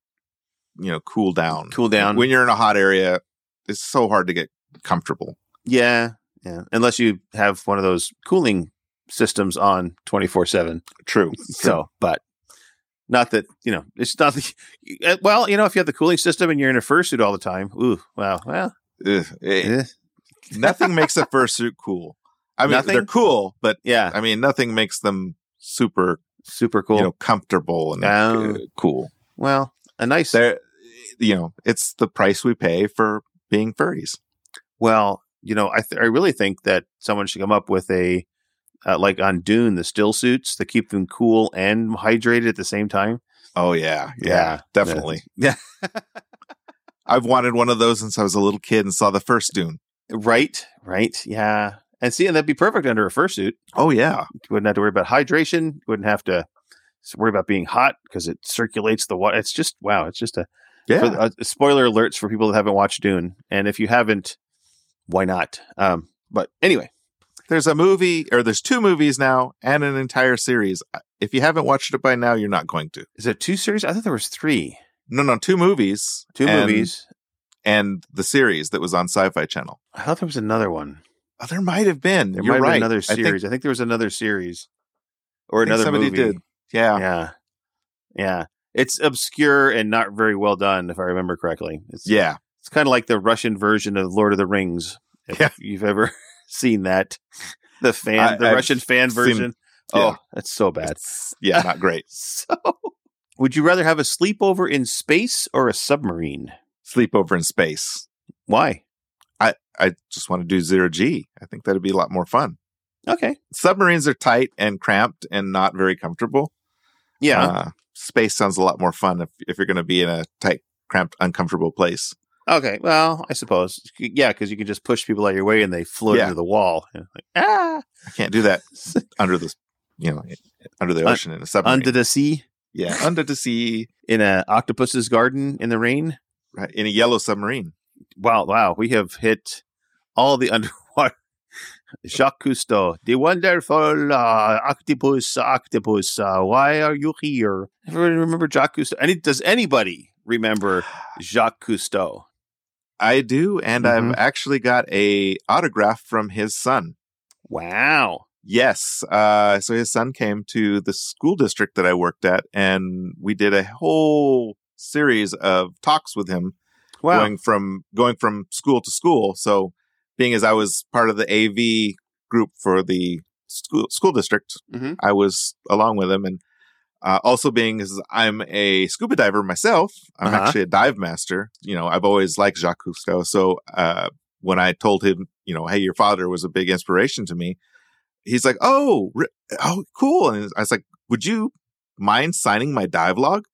A: you know, cool down.
B: Cool down.
A: When you're in a hot area, it's so hard to get comfortable.
B: Yeah, yeah. Unless you have one of those cooling systems on twenty four seven.
A: (laughs) True.
B: So, but not that you know, it's not. The, eh, well, you know, if you have the cooling system and you're in a fursuit all the time, ooh, wow, well,
A: Ugh,
B: (laughs)
A: eh,
B: eh,
A: nothing makes a fursuit cool. I mean,
B: Nothing?
A: they're cool, but
B: yeah,
A: I mean, nothing makes them super,
B: super cool.
A: you know, comfortable and
B: Oh.
A: uh, cool.
B: well, a nice.
A: They're, you know, it's the price we pay for being furries.
B: Well, you know, I th- I really think that someone should come up with a. Uh, like on Dune, the still suits that keep them cool and hydrated at the same time.
A: Oh yeah, yeah,
B: Yeah.
A: definitely.
B: Yeah. (laughs)
A: I've wanted one of those since I was a little kid and saw the first Dune.
B: Right, right, yeah. And see, and that'd be perfect under a fursuit.
A: Oh yeah,
B: You wouldn't have to worry about hydration. You wouldn't have to s- worry about being hot because it circulates the water. It's just wow. It's just a
A: yeah.
B: for- uh, spoiler alerts for people that haven't watched Dune, and if you haven't, why not? Um, but anyway,
A: there's a movie, or there's two movies now, and an entire series. If you haven't watched it by now, you're not going to.
B: is it two series? I thought there was three,
A: No, no, two movies,
B: two
A: and-
B: movies.
A: and the series that was on Sci-Fi Channel.
B: I thought there was another one.
A: Oh, there might have been.
B: There
A: You're
B: might have
A: right.
B: been another
A: I think-
B: series. I think, there was another series or
A: I think
B: another
A: somebody
B: movie.
A: did. yeah.
B: Yeah, yeah. It's obscure and not very well done, if I remember correctly. It's,
A: Yeah.
B: It's kind of like the Russian version of Lord of the Rings. If
A: Yeah.
B: you've ever (laughs) seen that, the fan,
A: I-
B: the
A: I've
B: Russian fan
A: seen-
B: version.
A: yeah.
B: Oh, that's so bad.
A: Yeah. Not great.
B: (laughs) So, would you rather have a sleepover in space or a submarine?
A: Sleepover in space.
B: Why?
A: I just want to do zero G. I think that'd be a lot more fun.
B: Okay.
A: Submarines are tight and cramped and not very comfortable.
B: Yeah.
A: Uh, space sounds a lot more fun if, if you're going to be in a tight, cramped, uncomfortable place.
B: okay. Well, I suppose. Yeah, because you can just push people out of your way and they float
A: Yeah.
B: into the wall. And like, ah,
A: I can't
B: (laughs)
A: do that under the, you know, eh, under the
B: Un-
A: ocean in a submarine.
B: under the sea (laughs)
A: yeah, under the sea,
B: in a octopus's garden in the rain.
A: right, in a yellow submarine.
B: Wow, wow. We have hit all the (laughs) underwater. Jacques Cousteau, the wonderful uh, octopus, octopus. Uh, why are you here? Everybody remember Jacques Cousteau? Any, does anybody remember Jacques Cousteau?
A: I do, and
B: Mhm.
A: I've actually got a autograph from his son.
B: Wow.
A: Yes. Uh, so his son came to the school district that I worked at, and we did a whole series of talks with him,
B: Wow.
A: going from going from school to school. So, being as I was part of the AV group for the school school district,
B: Mhm.
A: I was along with him, and uh, also being as I'm a scuba diver myself, I'm
B: Uh-huh.
A: actually a dive master. You know, I've always liked Jacques Cousteau. So uh, when I told him, you know, hey, your father was a big inspiration to me, he's like, oh, re- oh, cool. And I was like, would you mind signing my dive log?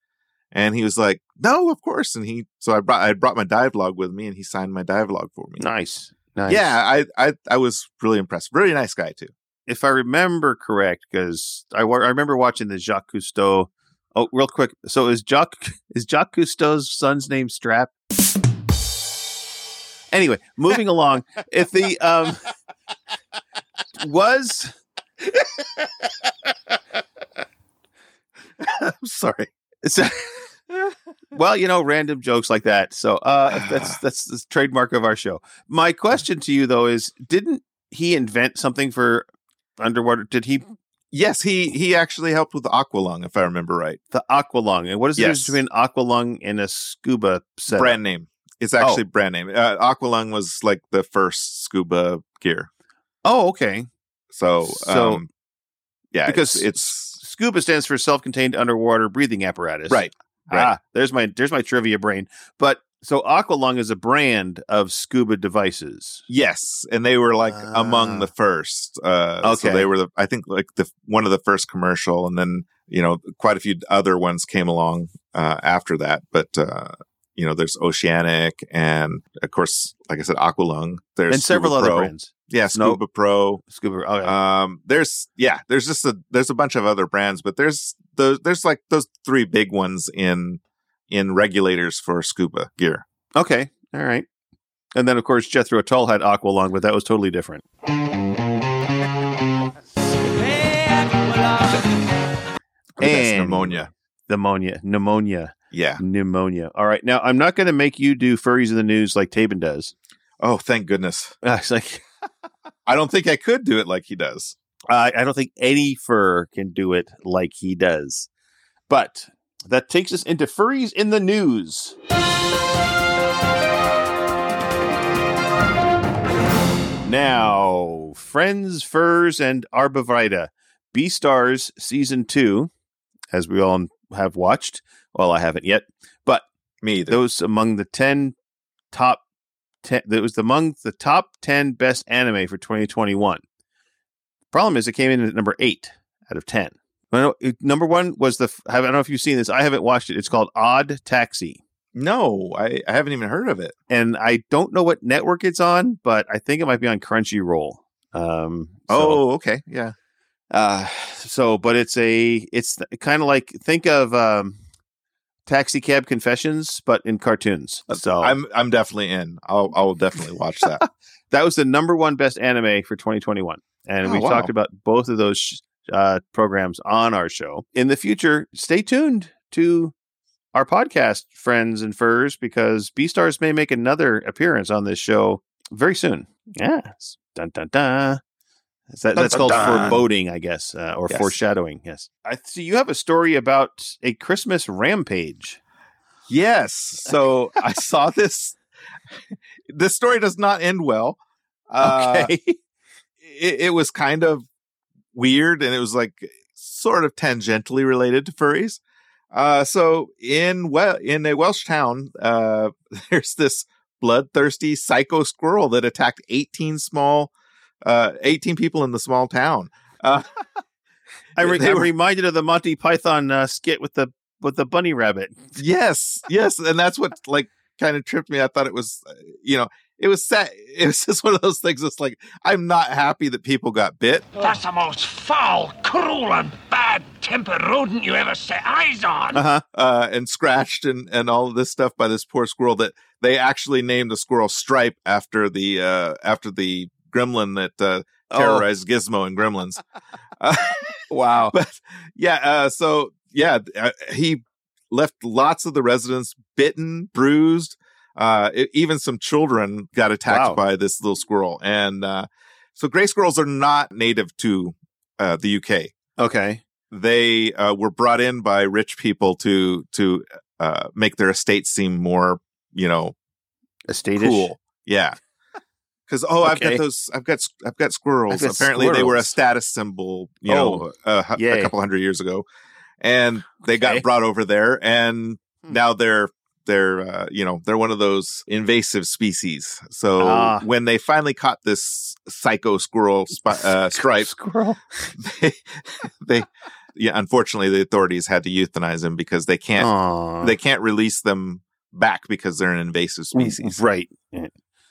A: And he was like, no, of course. And he, so I brought, I brought my dive log with me and he signed my dive log for me.
B: nice. Nice.
A: Yeah. I, I, I was really impressed. Really nice guy too.
B: If I remember correct, because I, wa- I remember watching the Jacques Cousteau. Oh, real quick. So is Jacques (laughs) is Jacques Cousteau's son's name Strap? Anyway, moving along. If the um was (laughs)
A: I'm sorry.
B: so- Well, you know, random jokes like that. So uh, that's that's the trademark of our show. My question to you though is, didn't he invent something for underwater? Did he
A: Yes, he he actually helped with Aqualung, if I remember right.
B: the aqualung? And what is the
A: Yes.
B: difference between aqualung and a scuba set?
A: Brand name. It's
B: Oh.
A: actually brand name. Uh, Aqualung was like the first scuba gear.
B: Oh, okay.
A: So,
B: So-
A: um, yeah,
B: Because
A: it's, it's
B: Scuba stands for self-contained underwater breathing apparatus.
A: right.
B: Ah, there's my there's my trivia brain. But so Aqualung is a brand of scuba devices.
A: Yes, and they were like among the
B: Ah.
A: first. Uh, so
B: Okay.
A: they were the I think like the one of the first commercial, and then you know quite a few other ones came along uh, after that. But uh, you know, there's Oceanic, and of course, like I said, Aqualung. There's
B: and several
A: Scuba
B: other
A: Pro.
B: brands.
A: Yeah,
B: Snow-
A: Scuba Pro.
B: Scuba. oh, Okay.
A: Um, there's yeah, there's just a there's a bunch of other brands, but there's those there's like those three big ones in in regulators for scuba gear.
B: okay. All right. And then of course Jethro Tull had Aqualung, but that was totally different.
A: I think that's
B: And-
A: pneumonia.
B: Pneumonia. Pneumonia.
A: Yeah.
B: Pneumonia. All right. Now I'm not gonna make you do furries in the news like Taben does. (laughs)
A: Oh, thank goodness.
B: Uh, it's like
A: I don't think I could do it like he does.
B: I, I don't think any fur can do it like he does. But that takes us into furries in the news. Now, Friends, Furs, and Arbovita, B Stars Season 2, as we all have watched. Well, I haven't yet.
A: Me either.
B: Those among the 10 top 10, that was among the top 10 best anime for 2021. Problem is, it came in at number eight out of 10. I know- it- Number one was the, f- I don't know if you've seen this, I haven't watched it. It's called Odd Taxi.
A: no, I, I haven't even heard of it.
B: And I don't know what network it's on, but I think it might be on Crunchyroll. Um, so-
A: oh, okay. Yeah.
B: Uh, so, but it's a it's kind of like think of um, Taxi Cab Confessions, but in cartoons. So
A: I'm I'm definitely in. I'll I'll definitely watch that.
B: that was the number one best anime for 2021, and
A: Oh,
B: we
A: wow.
B: talked about both of those sh- uh, programs on our show. In the future, stay tuned to our podcast, friends and furs, because B Stars may make another appearance on this show very soon. Yes, dun dun dun. Is that,
A: Dun,
B: that's
A: dun,
B: called
A: dun.
B: foreboding, I guess, uh, or
A: Yes.
B: foreshadowing. Yes. I see. You have a story about a Christmas rampage.
A: yes. So I saw this. (laughs) This story does not end well. Uh,
B: Okay.
A: it, it was kind of weird and it was like sort of tangentially related to furries. Uh, so in well in a Welsh town, uh, (laughs) there's this bloodthirsty psycho squirrel that attacked 18 small, uh, 18 people in the small town.
B: (laughs) I re-
A: they
B: I'm
A: were-
B: reminded of the Monty Python uh, skit with the with the bunny rabbit.
A: Yes, yes, and that's what like kind of tripped me. I thought it was, uh, you know, it was sad. (laughs) It was just one of those things. It's like I'm not happy that people got bit.
F: That's the most foul, cruel, and bad tempered rodent you ever set eyes
A: (laughs)
F: on.
A: uh-huh. uh, and scratched and, and all of this stuff by this poor squirrel that they actually named the squirrel Stripe after the uh, after the gremlin that uh,
B: Oh.
A: terrorized Gizmo and Gremlins. Uh,
B: (laughs) wow.
A: (laughs) but yeah, uh, so yeah, uh, he left lots of the residents bitten, bruised. Uh, e- even some children got attacked
B: Wow.
A: by this little squirrel, and uh, so gray squirrels are not native to uh, the UK
B: Okay.
A: they uh, were brought in by rich people to to uh, make their estates seem more, you know,
B: A state
A: cool. Yeah, because oh, I've
B: Okay.
A: got those. I've got s- I've got squirrels.
B: I've got
A: Apparently, they were
B: squirrels. Oh,
A: a status symbol. You know, uh, a, hu-
B: yay.
A: a couple hundred years ago, and they
B: Okay.
A: got brought over there, and
B: Hmm.
A: now they're they're uh, you know they're one of those invasive species. So
B: Ah.
A: when they finally caught this psycho squirrel spi- uh,
B: (laughs)
A: stripe,
B: Squirrel.
A: (laughs) they, they yeah unfortunately the authorities had to euthanize them because they can't
B: Aw.
A: they can't release them back because they're an invasive species
B: Right.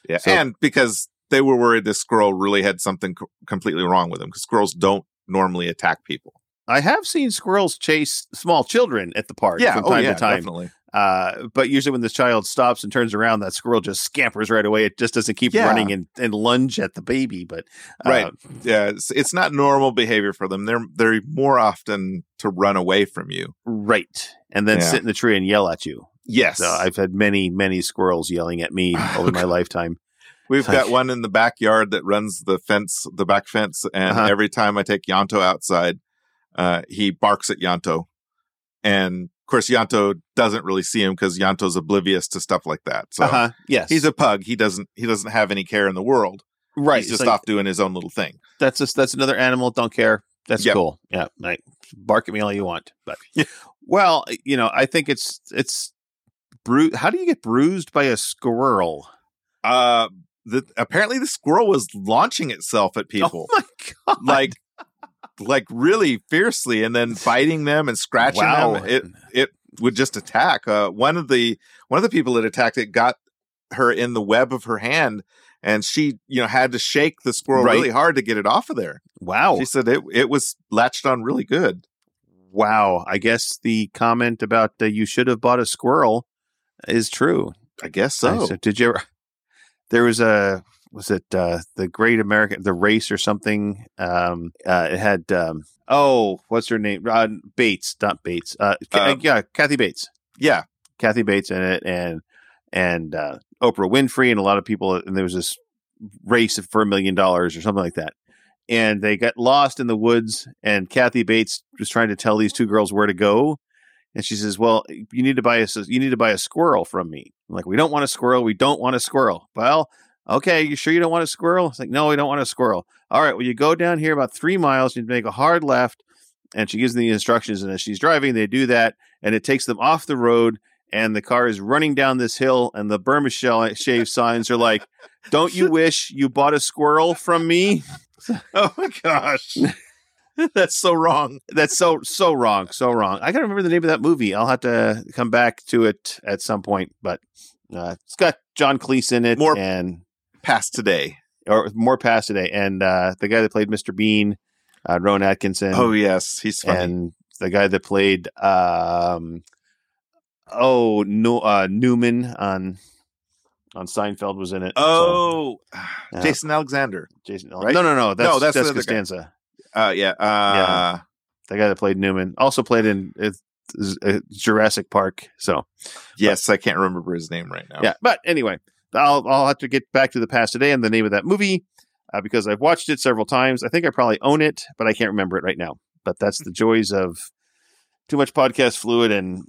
A: yeah
B: So-
A: and because they were worried this squirrel really had something co- completely wrong with him because squirrels don't normally attack people
B: I have seen squirrels chase small children at the park from time to time.
A: oh definitely
B: Uh, but usually when the child stops and turns around, that squirrel just scampers right away. It just doesn't keep
A: Yeah.
B: running and, and lunge at the baby. But uh,
A: Right. yeah it's, it's not normal behavior for them they're they're more often to run away from you
B: Right. And then
A: Yeah.
B: sit in the tree and yell at you.
A: Yes.
B: So I've had many, many squirrels yelling at
A: (sighs)
B: me over my lifetime.
A: We've
B: Like-
A: got one in the backyard that runs the fence, the back fence, and
B: Uh-huh.
A: every time I take Yanto outside, uh, he barks at Yanto, and of course Yanto doesn't really see him because Yanto's oblivious to stuff like that. So
B: Uh-huh. Yes,
A: he's a pug. He doesn't he doesn't have any care in the world.
B: right.
A: He's just
B: It's like,
A: off doing his own little thing.
B: That's just that's another animal. Don't care. That's
A: Yep.
B: cool. Yeah, like bark at me all you want, but (laughs) well, you know, I think it's it's bru- How do you get bruised by a squirrel?
A: Uh, the, apparently the squirrel was launching itself at people.
B: Oh my god!
A: like like really fiercely and then biting them and scratching them it would just attack uh one of the one of the people that attacked it got her in the web of her hand and she you know had to shake the squirrel
B: Right. Oh.
A: really hard to get it off of there
B: wow.
A: she said it it was latched on really good
B: wow. I guess the comment about uh, you should have bought a squirrel is true.
A: i guess
B: I
A: so
B: said, did you ever? (laughs) There was a was it uh, the Great American the race or something? Um, uh, it had um, oh, what's her name? Uh, Bates, not Bates. Uh, Ca-
A: Uh,
B: yeah, Kathy Bates.
A: yeah
B: Kathy Bates in it, and and uh, Oprah Winfrey, and a lot of people. And there was this race for a million dollars or something like that. And they got lost in the woods, and Kathy Bates was trying to tell these two girls where to go, and she says, "Well, you need to buy a you need to buy a squirrel from me." I'm like, we don't want a squirrel. We don't want a squirrel. Well, okay, you sure you don't want a squirrel? It's like, no, we don't want a squirrel. All right, well, you go down here about three miles, you make a hard left, and she gives them the instructions. And as she's driving, they do that, and it takes them off the road. And the car is running down this hill, and the Burma shell shave signs are like, "Don't you wish you bought a squirrel from me?"
A: (laughs) oh my
B: (laughs)
A: gosh that's so wrong
B: That's so so wrong, so wrong. I gotta remember the name of that movie. I'll have to come back to it at some point, but uh, it's got John Cleese in it,
A: More-
B: and
A: past today
B: or more past today, and uh, the guy that played Mr. Bean, uh, Rowan Atkinson,
A: oh yes he's funny
B: and the guy that played um, oh no, uh, Newman on on Seinfeld was in it. so
A: oh (sighs)
B: Yeah.
A: jason alexander
B: Jason,
A: right?
B: no, no, no, that's,
A: No, that's the
B: that's
A: other guy.
B: Costanza.
A: uh yeah uh
B: Yeah. The guy that played Newman also played in uh, uh, Jurassic Park, so.
A: yes i can't remember his name right now
B: Yeah, but anyway, I'll I'll have to get back to the past today and the name of that movie uh, because I've watched it several times. I think I probably own it, but I can't remember it right now. But that's the joys of too much podcast fluid and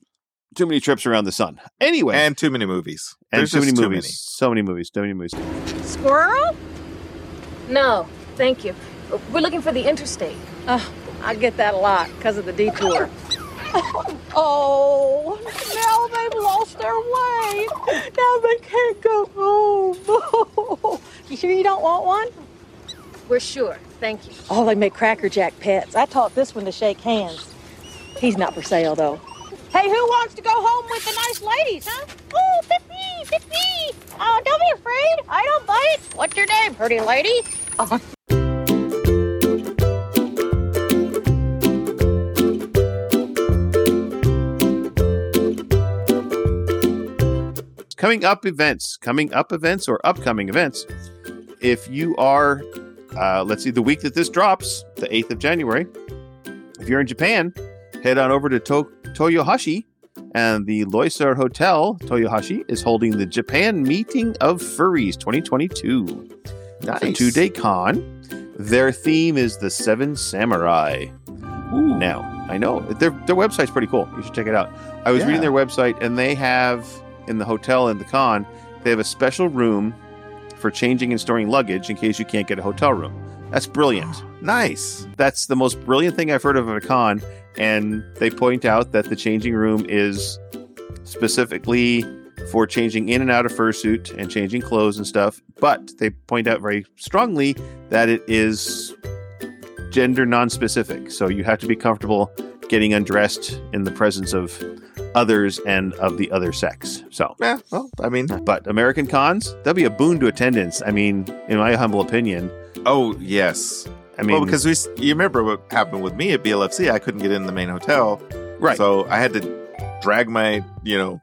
B: too many trips around the sun. Anyway,
A: and too many movies
B: and
A: There's
B: too many
A: just
B: movies, so many movies, so many movies.
G: Squirrel?
H: No, thank you. We're looking for the interstate.
G: Oh, I get that a lot because of the (laughs) detour.
H: Oh, now they've lost their way. Now they can't go home.
G: (laughs) You sure you don't want one?
H: We're sure. Thank you.
G: Oh, they make Cracker Jack pets. I taught this one to shake hands. He's not for sale, though.
H: Hey, who wants to go home with the nice ladies, huh? Oh, pick me, pick me. Oh, don't be afraid. I don't bite. What's your name, pretty lady?
B: coming up events, coming up events or upcoming events. If you are, uh, let's see, the week that this drops, the 8th of January, if you're in Japan, head on over to, to- Toyohashi and the Loiser Hotel. Toyohashi is holding the Japan Meeting of Furries 2022. That's a
A: Nice.
B: two day con. Their theme is the Seven Samurai.
A: Ooh.
B: Now, I know their, their website's pretty cool. You should check it out. I was
A: Yeah.
B: reading their website, and they have in the hotel and the con, they have a special room for changing and storing luggage in case you can't get a hotel room. That's brilliant.
A: Nice.
B: That's the most brilliant thing I've heard of at a con. And they point out that the changing room is specifically for changing in and out of fursuit and changing clothes and stuff. But they point out very strongly that it is gender non-specific. So you have to be comfortable getting undressed in the presence of others and of the other sex. So
A: Yeah. Well, I mean,
B: but American cons, that'd be a boon to attendance. I mean, in my humble opinion.
A: oh yes.
B: I mean
A: well, because we, s- you remember what happened with me at BLFC? I couldn't get in the main hotel,
B: right,
A: So I had to drag my, you know,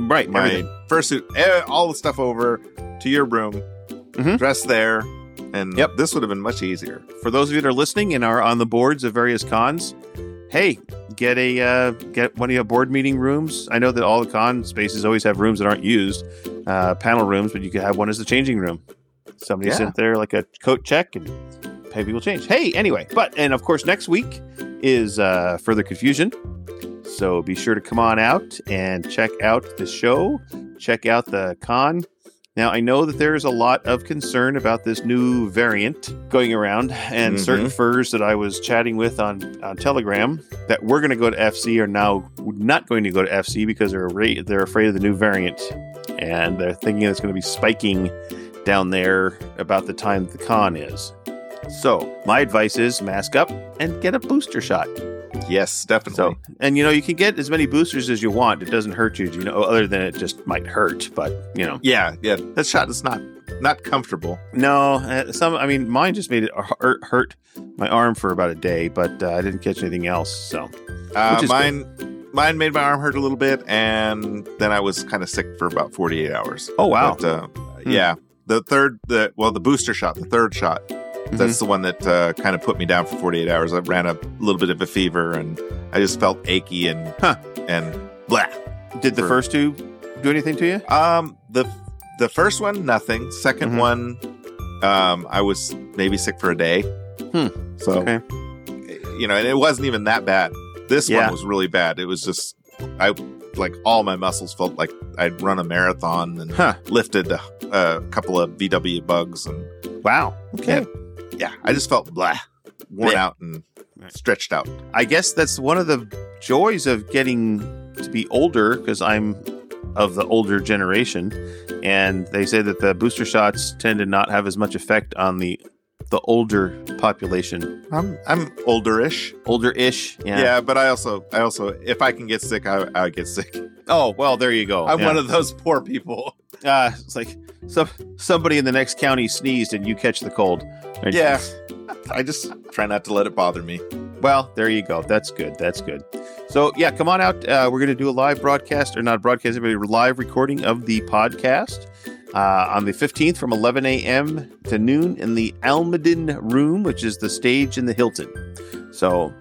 B: right,
A: my
B: everything.
A: fursuit, eh, all the stuff over to your room,
B: Mhm.
A: dress there, and
B: Yep.
A: this would have been much easier.
B: for those of you that are listening and are on the boards of various cons, hey, get a uh, get one of your board meeting rooms. I know that all the con spaces always have rooms that aren't used, uh, panel rooms, but you could have one as the changing room. Somebody
A: Yeah.
B: sent there like a coat check and pay people change. Hey, anyway, but and of course next week is uh, further confusion. So be sure to come on out and check out the show. Check out the con. Now, I know that there's a lot of concern about this new variant going around, and
A: Mhm.
B: certain furs that I was chatting with on, on Telegram that we're going to go to FC are now not going to go to FC because they're ra- they're afraid of the new variant, and they're thinking it's going to be spiking down there about the time the con is. So, my advice is mask up and get a booster shot.
A: Yes, definitely.
B: So, and you know, you can get as many boosters as you want. It doesn't hurt you, you know, other than it just might hurt, but you know.
A: yeah, yeah, that shot is not not comfortable.
B: No, uh, some. I mean, mine just made it hurt, hurt my arm for about a day, but uh, I didn't catch anything else. So
A: Uh,
B: Which is
A: mine mine made my arm hurt a little bit, and then I was kind of sick for about forty eight hours.
B: Oh, wow.
A: But, uh, Yeah, the third, the well, the booster shot, the third shot.
B: Mm-hmm.
A: That's the one that uh, kind of put me down for 48 hours. I ran a little bit of a fever and I just felt achy and
B: Huh.
A: and blah.
B: did the
A: For-
B: first two do anything to you?
A: Um, the the first one, nothing. 2nd
B: Mhm.
A: one, um, I was maybe sick for a day.
B: Hmm.
A: So,
B: Okay.
A: you know, and it wasn't even that bad. This
B: Yeah.
A: one was really bad. It was just I like all my muscles felt like I'd run a marathon and
B: Huh.
A: lifted a, a couple of VW bugs and
B: Wow. Okay.
A: yeah, I just felt blah, worn out and
B: Right.
A: stretched out.
B: I guess that's one of the joys of getting to be older because I'm of the older generation, and they say that the booster shots tend to not have as much effect on the the older population,
A: I'm I'm olderish.
B: older ish.
A: Yeah. but I also I also if I can get sick, I I get sick.
B: Oh well, there you go.
A: I'm
B: Yeah.
A: one of those poor people.
B: uh, it's like some somebody in the next county sneezed and you catch the cold. Right?
A: Yeah. I just try not to let it bother me.
B: Well, there you go. That's good. That's good. So yeah, come on out. Uh, we're going to do a live broadcast or not broadcast, but a live recording of the podcast uh, on the 15th from 11 a.m. to noon in the Almaden Room, which is the stage in the Hilton. So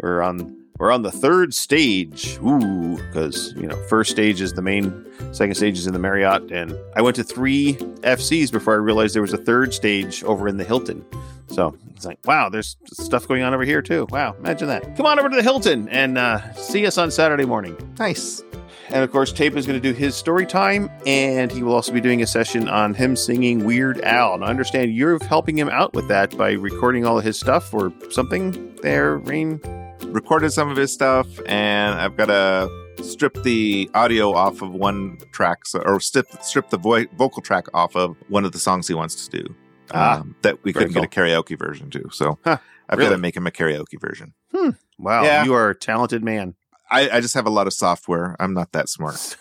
B: we're on we're on the third stage. Ooh, because you know, first stage is the main, second stage is in the Marriott, and I went to three FCs before I realized there was a third stage over in the Hilton. So it's like, wow, there's stuff going on over here too. Wow, imagine that. Come on over to the Hilton and uh, see us on Saturday morning.
A: Nice.
B: And of course, Tape is going to do his story time, and he will also be doing a session on him singing Weird Al. And I understand you're helping him out with that by recording all of his stuff or something there, Rain.
A: Recorded some of his stuff, and I've got to strip the audio off of one track, so, or strip strip the vo- vocal track off of one of the songs he wants to do.
B: Ah,
A: um, that we
B: very
A: couldn't get a karaoke version to. So
B: Huh,
A: I've got
B: really?
A: to make him a karaoke version.
B: Wow,
A: Yeah.
B: you are a talented man.
A: I, I just have a lot of software. I'm not
B: (laughs)
A: that smart.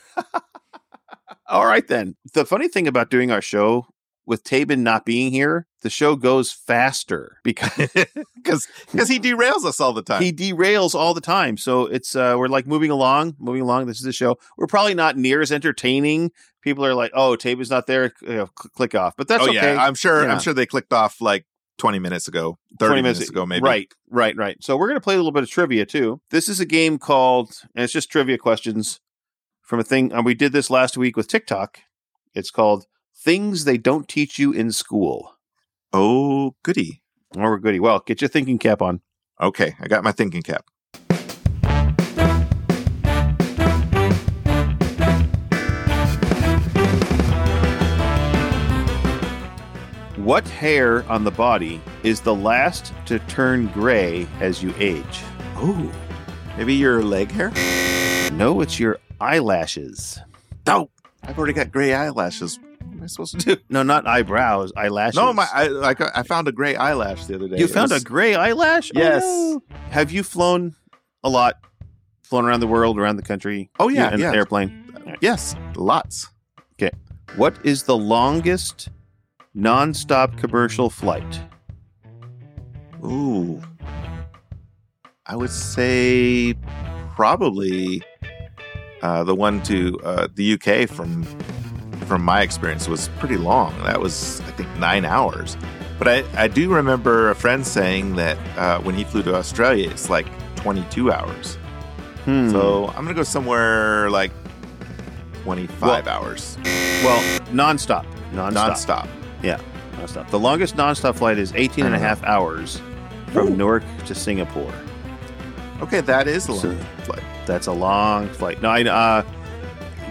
B: All right, then. The funny thing about doing our show with Tabin not being here, the show goes faster because.
A: because because he derails us all the time.
B: He derails all the time. So it's uh we're like moving along, moving along. This is the show. We're probably not near as entertaining. People are like, "Oh, tape is not there. You know, cl- click off." But that's
A: oh
B: okay.
A: yeah, I'm sure.
B: Yeah.
A: I'm sure they clicked off like 20 minutes ago, 30
B: 20
A: minutes,
B: minutes-
A: ago, maybe.
B: Right, right, right. So we're gonna play a little bit of trivia too. This is a game called, and it's just trivia questions from a thing. And we did this last week with TikTok. It's called "Things They Don't Teach You in School."
A: Oh, goody.
B: Or goody. Well, get your thinking cap on.
A: Okay, I got my thinking cap.
B: What hair on the body is the last to turn gray as you age?
A: Oh, maybe your leg hair?
B: No, it's your eyelashes.
A: No, I've already got gray eyelashes. What am I supposed to do?
B: No, not eyebrows, eyelashes.
A: (laughs) No, my I, I, got- I found a gray eyelash the other day.
B: you
A: It
B: found
A: was-
B: a gray eyelash? Oh,
A: Yes.
B: no. Have you flown a lot? Flown around the world, around the country?
A: Oh, yeah,
B: In an
A: yeah.
B: airplane.
A: yes, lots.
B: What is the longest nonstop commercial flight?
A: Ooh, I would say probably uh, the one to uh, the UK from from my experience was pretty long. That was I think nine hours. But I, I do remember a friend saying that uh, when he flew to Australia, it's like 22 hours.
B: Hmm.
A: So I'm gonna go somewhere like 25
B: Well-
A: hours
B: well, nonstop, nonstop,
A: nonstop.
B: nonstop. The longest nonstop flight is 18 and a
A: Uh-huh.
B: half hours from Newark to Singapore.
A: Okay, that is a long
B: So-
A: flight.
B: That's a long flight. No, I, uh,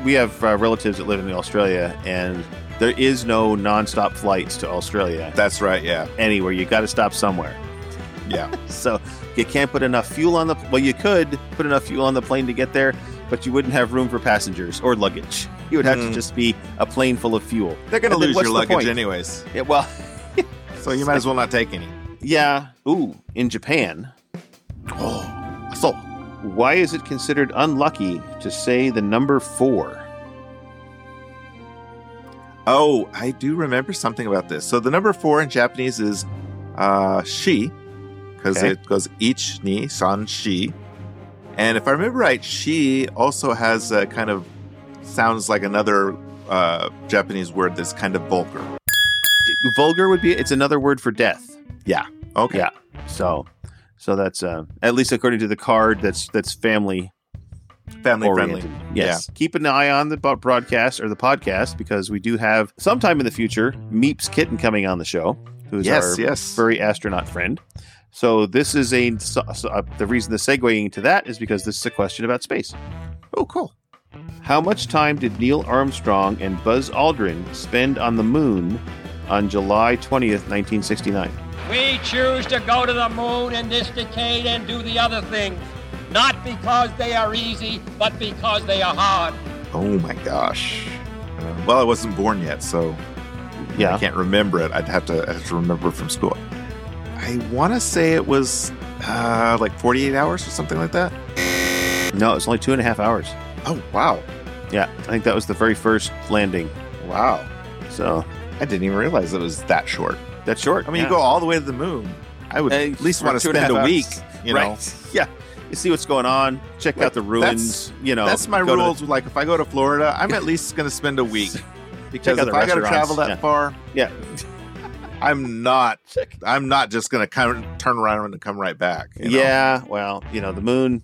B: we have uh, relatives that live in Australia, and there is no nonstop flights to Australia
A: That's right. Yeah,
B: anywhere. You got to stop somewhere.
A: yeah.
B: (laughs) So you can't put enough fuel on the well. You could put enough fuel on the plane to get there, but you wouldn't have room for passengers or luggage. You would have to
A: Mm.
B: just be a plane full of fuel.
A: They're gonna
B: And then
A: lose
B: what's
A: your
B: the
A: luggage
B: point?
A: anyways,
B: Yeah, well,
A: so you might as well not take any.
B: yeah. Ooh, in Japan,
A: Oh, so
B: why is it considered unlucky to say the number four?
A: oh, I do remember something about this. So the number four in Japanese is uh, shi, because
B: Okay.
A: it goes ich ni san shi, and if I remember right, shi also has a kind of sounds like another uh, Japanese word that's kind of vulgar.
B: Vulgar would be. It's another word for death.
A: Okay,
B: Yeah. So, so that's uh, at least according to the card. That's that's family
A: family
B: oriented.
A: friendly.
B: Yes. Keep an eye on the bo- broadcast or the podcast because we do have sometime in the future Meeps Kitten coming on the show, who's
A: Yes,
B: our
A: yes.
B: furry astronaut friend. So this is a so, so, uh, the reason the segueing into that is because this is a question about space.
A: oh, cool.
B: How much time did Neil Armstrong and Buzz Aldrin spend on the moon on July 20th, 1969?
I: We choose to go to the moon in this decade and do the other things, not because they are easy, but because they are hard.
A: Oh my gosh. Uh, well, I wasn't born yet, so I
B: Yeah.
A: can't remember it. I'd have to I'd have to remember it from school. I want to say it was uh, like 48 hours or something like that.
B: No, it's only two and a half hours.
A: Oh wow,
B: Yeah. I think that was the very first landing.
A: wow!
B: So
A: I didn't even realize it was that short.
B: that's short.
A: I mean,
B: Yeah.
A: you go all the way to the moon. I would
B: Uh,
A: at least
B: for
A: want to
B: two and a
A: spend a,
B: half
A: week.
B: hours.
A: You know,
B: right. (laughs) Yeah. You see what's going on. Check
A: Like,
B: out the ruins. You know,
A: that's my
B: go to the-
A: rules. like, if I go to Florida,
B: (laughs)
A: I'm at least going to spend a week because
B: out
A: if
B: the
A: I got to travel that
B: restaurants.
A: far,
B: Yeah.
A: I'm not. I'm not just going to come turn around and come right back. you know?
B: Yeah. Well, you know, the moon.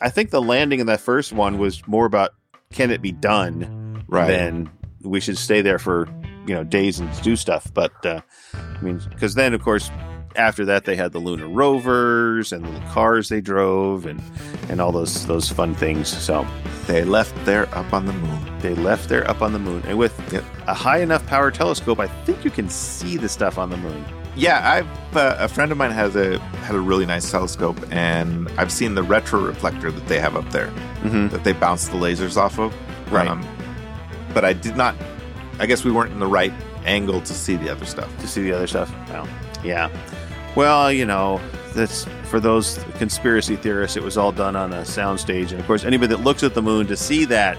B: I think the landing in that first one was more about can it be done
A: right.
B: than we should stay there for you know days and do stuff. But uh, I mean, because then of course after that they had the lunar rovers and the little cars they drove and and all those those fun things. So
A: They left there up on the moon.
B: they left there up on the moon and with
A: Yep.
B: a high enough power telescope, I think you can see the stuff on the moon.
A: Yeah, I've uh, a friend of mine has a had a really nice telescope, and I've seen the retro reflector that they have up there
B: Mm-hmm.
A: that they bounce the lasers off of.
B: Right.
A: Um, but I did not. I guess we weren't in the right angle to see the other stuff.
B: to see the other stuff. Well, yeah. Well, you know, that's for those conspiracy theorists. It was all done on a soundstage, and of course, anybody that looks at the moon to see that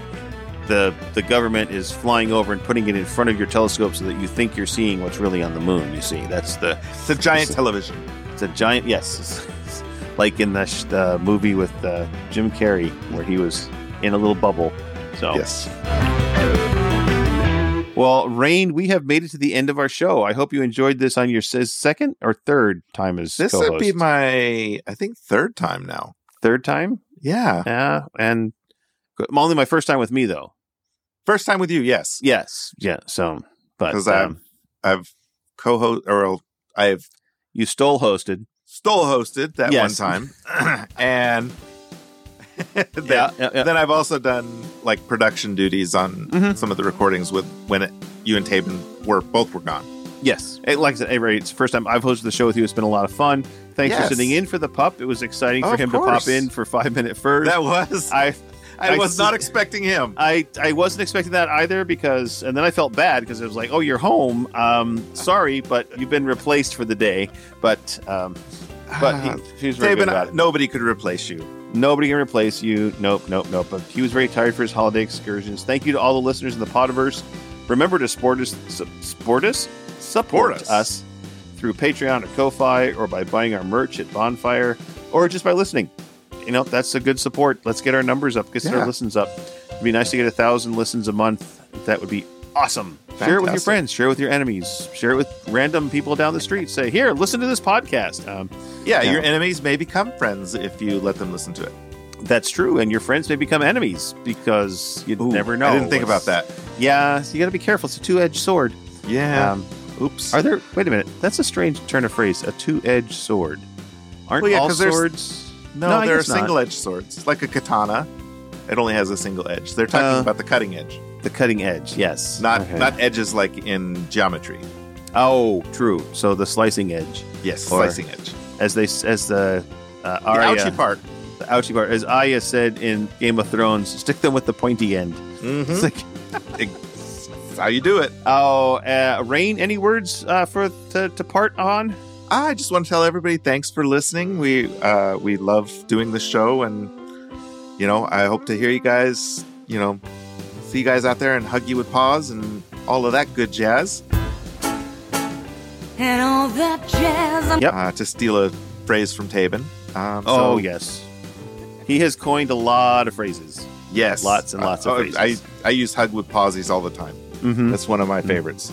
B: the the government is flying over and putting it in front of your telescope so that you think you're seeing what's really on the moon. You see, that's the
A: It's a giant
B: It's a-
A: television.
B: it's a giant yes, (laughs) it's- it's like in the, sh- the movie with uh, Jim Carrey where he was in a little bubble. So
A: Yes.
B: Well, Rain, we have made it to the end of our show. I hope you enjoyed this on your s- second or third time as
A: This
B: co-host.
A: would be my, I think, third time now.
B: third time.
A: Yeah.
B: Yeah, and only my first time with me though.
A: First time with you, yes.
B: Yes, yeah. So, but
A: 'Cause I'm-
B: um,
A: I've co-host or I've
B: you stole hosted.
A: stole hosted that
B: Yes. (clears throat)
A: one time, and (laughs) then,
B: yeah, yeah.
A: then I've also done like production duties on
B: Mhm.
A: some of the recordings with when it, you and Taven were both were gone.
B: yes. It- like I said, hey, Ray, it's the first time I've hosted the show with you. It's been a lot of fun. Thanks
A: Yes.
B: for sitting in for the pup. It was exciting for
A: Of
B: him to
A: course.
B: pop in for five minute first.
A: That was I.
B: I
A: I,
B: I
A: was
B: see-
A: not
B: (sighs)
A: expecting him.
B: I, I wasn't expecting that either because, and then I felt bad because it was like, oh, you're home. Um, sorry, but you've been replaced for the day. But um, but (laughs)
A: Ah,
B: he, he was very good about
A: Taven,
B: it.
A: nobody could replace you.
B: Nobody can replace you. Nope, nope, nope. But he was very tired for his holiday excursions. Thank you to all the listeners in the Podiverse. Remember to support us, su- support us, support
A: us.
B: us. through Patreon or Ko-fi or by buying our merch at Bonfire or just by listening. You know, that's a good support. Let's get our numbers up, get
A: Yeah.
B: our listens up. It'd be nice to get a thousand listens a month. That would be awesome. Share it with your
A: Fantastic.
B: friends. Share it with your enemies. Share it with random people down the street. Say, here, listen to this podcast. Um,
A: Yeah,
B: Yeah.
A: your enemies may become friends if you let them listen to it.
B: that's true, and your friends may become enemies because you
A: Ooh,
B: never know.
A: I didn't think about
B: It's-
A: that.
B: Yeah, so you got to be careful. It's a two-edged sword.
A: Yeah.
B: Um,
A: Oops.
B: are there? Wait a minute. That's a strange turn of phrase. A two-edged sword. Aren't
A: Well, yeah,
B: all
A: 'cause there's-
B: swords?
A: no,
B: no, I
A: there are
B: guess not.
A: single edged swords, like a katana. It only has a single edge. They're talking
B: Uh,
A: about the cutting edge,
B: The cutting edge. Yes.
A: not
B: Okay.
A: not edges like in geometry.
B: Oh, true. So the slicing edge,
A: Yes,
B: Or-
A: slicing edge.
B: as they as the uh,
A: The
B: Arya,
A: ouchy part.
B: the ouchie part, as Arya said in Game of Thrones, stick them with the pointy end.
A: Hmm?
B: (laughs) It's like,
A: That's how you do it.
B: oh, uh, Rain, any words uh, for to, to part on?
A: I just want to tell everybody thanks for listening. We uh, we love doing the show, and you know I hope to hear you guys. You know, see you guys out there and hug you with paws and all of that good jazz.
H: And all that jazz.
B: Yep.
A: Uh, to steal a phrase from Taben. Um,
B: oh
A: so-
B: yes, he has coined a lot of phrases.
A: yes,
B: lots and lots of
A: Uh, oh, I
B: phrases.
A: I use hug with pawsies all the time.
B: Mm-hmm.
A: That's one of my favorites.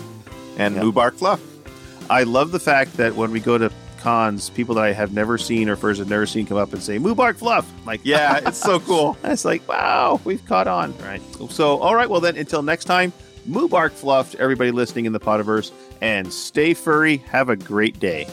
A: And
B: Yeah.
A: Mubark Fluff.
B: I love the fact that when we go to cons, people that I have never seen or first have never seen come up and say "Mubark Fluff." I'm like,
A: Yeah, it's
B: (laughs)
A: so cool.
B: That's like, wow, we've caught on. Right. So, all right. Well, then, until next time, Mubark Fluff to everybody listening in the Potterverse and stay furry. Have a great day.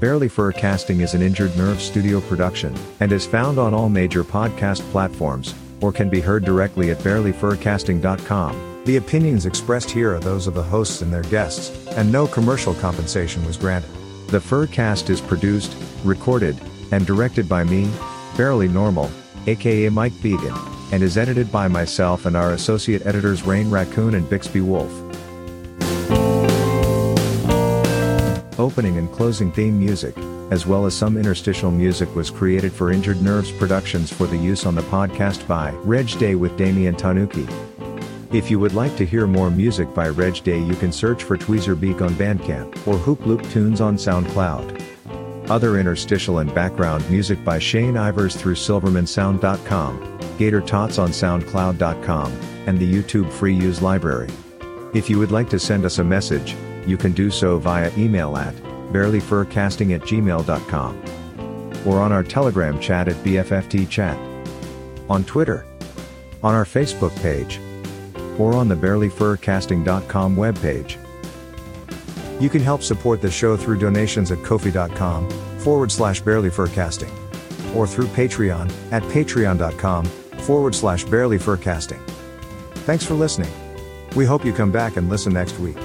J: Barely Fur Casting is an Injured Nerve studio production, and is found on all major podcast platforms, or can be heard directly at barelyfurcasting.com. The opinions expressed here are those of the hosts and their guests, and no commercial compensation was granted. The Furcast is produced, recorded, and directed by me, Barely Normal, aka Mike Began, and is edited by myself and our associate editors Rain Raccoon and Bixby Wolf. Opening and closing theme music, as well as some interstitial music, was created for Injured Nerves Productions for the use on the podcast by Reg Day with Damian Tanuki. If you would like to hear more music by Reg Day, you can search for Tweezer Beak on Bandcamp or Hoop Loop Tunes on SoundCloud. Other interstitial and background music by Shane Ivers through SilvermanSound.com, Gator Tots on SoundCloud.com, and the YouTube Free Use Library. If you would like to send us a message, you can do so via email at barelyfurcasting at gmail.com or on our Telegram chat at BFFT chat, on Twitter, on our Facebook page, or on the barelyfurcasting.com webpage. You can help support the show through donations at kofi.com forward slash barelyfurcasting or through Patreon at patreon.com forward slash barelyfurcasting. Thanks for listening. We hope you come back and listen next week.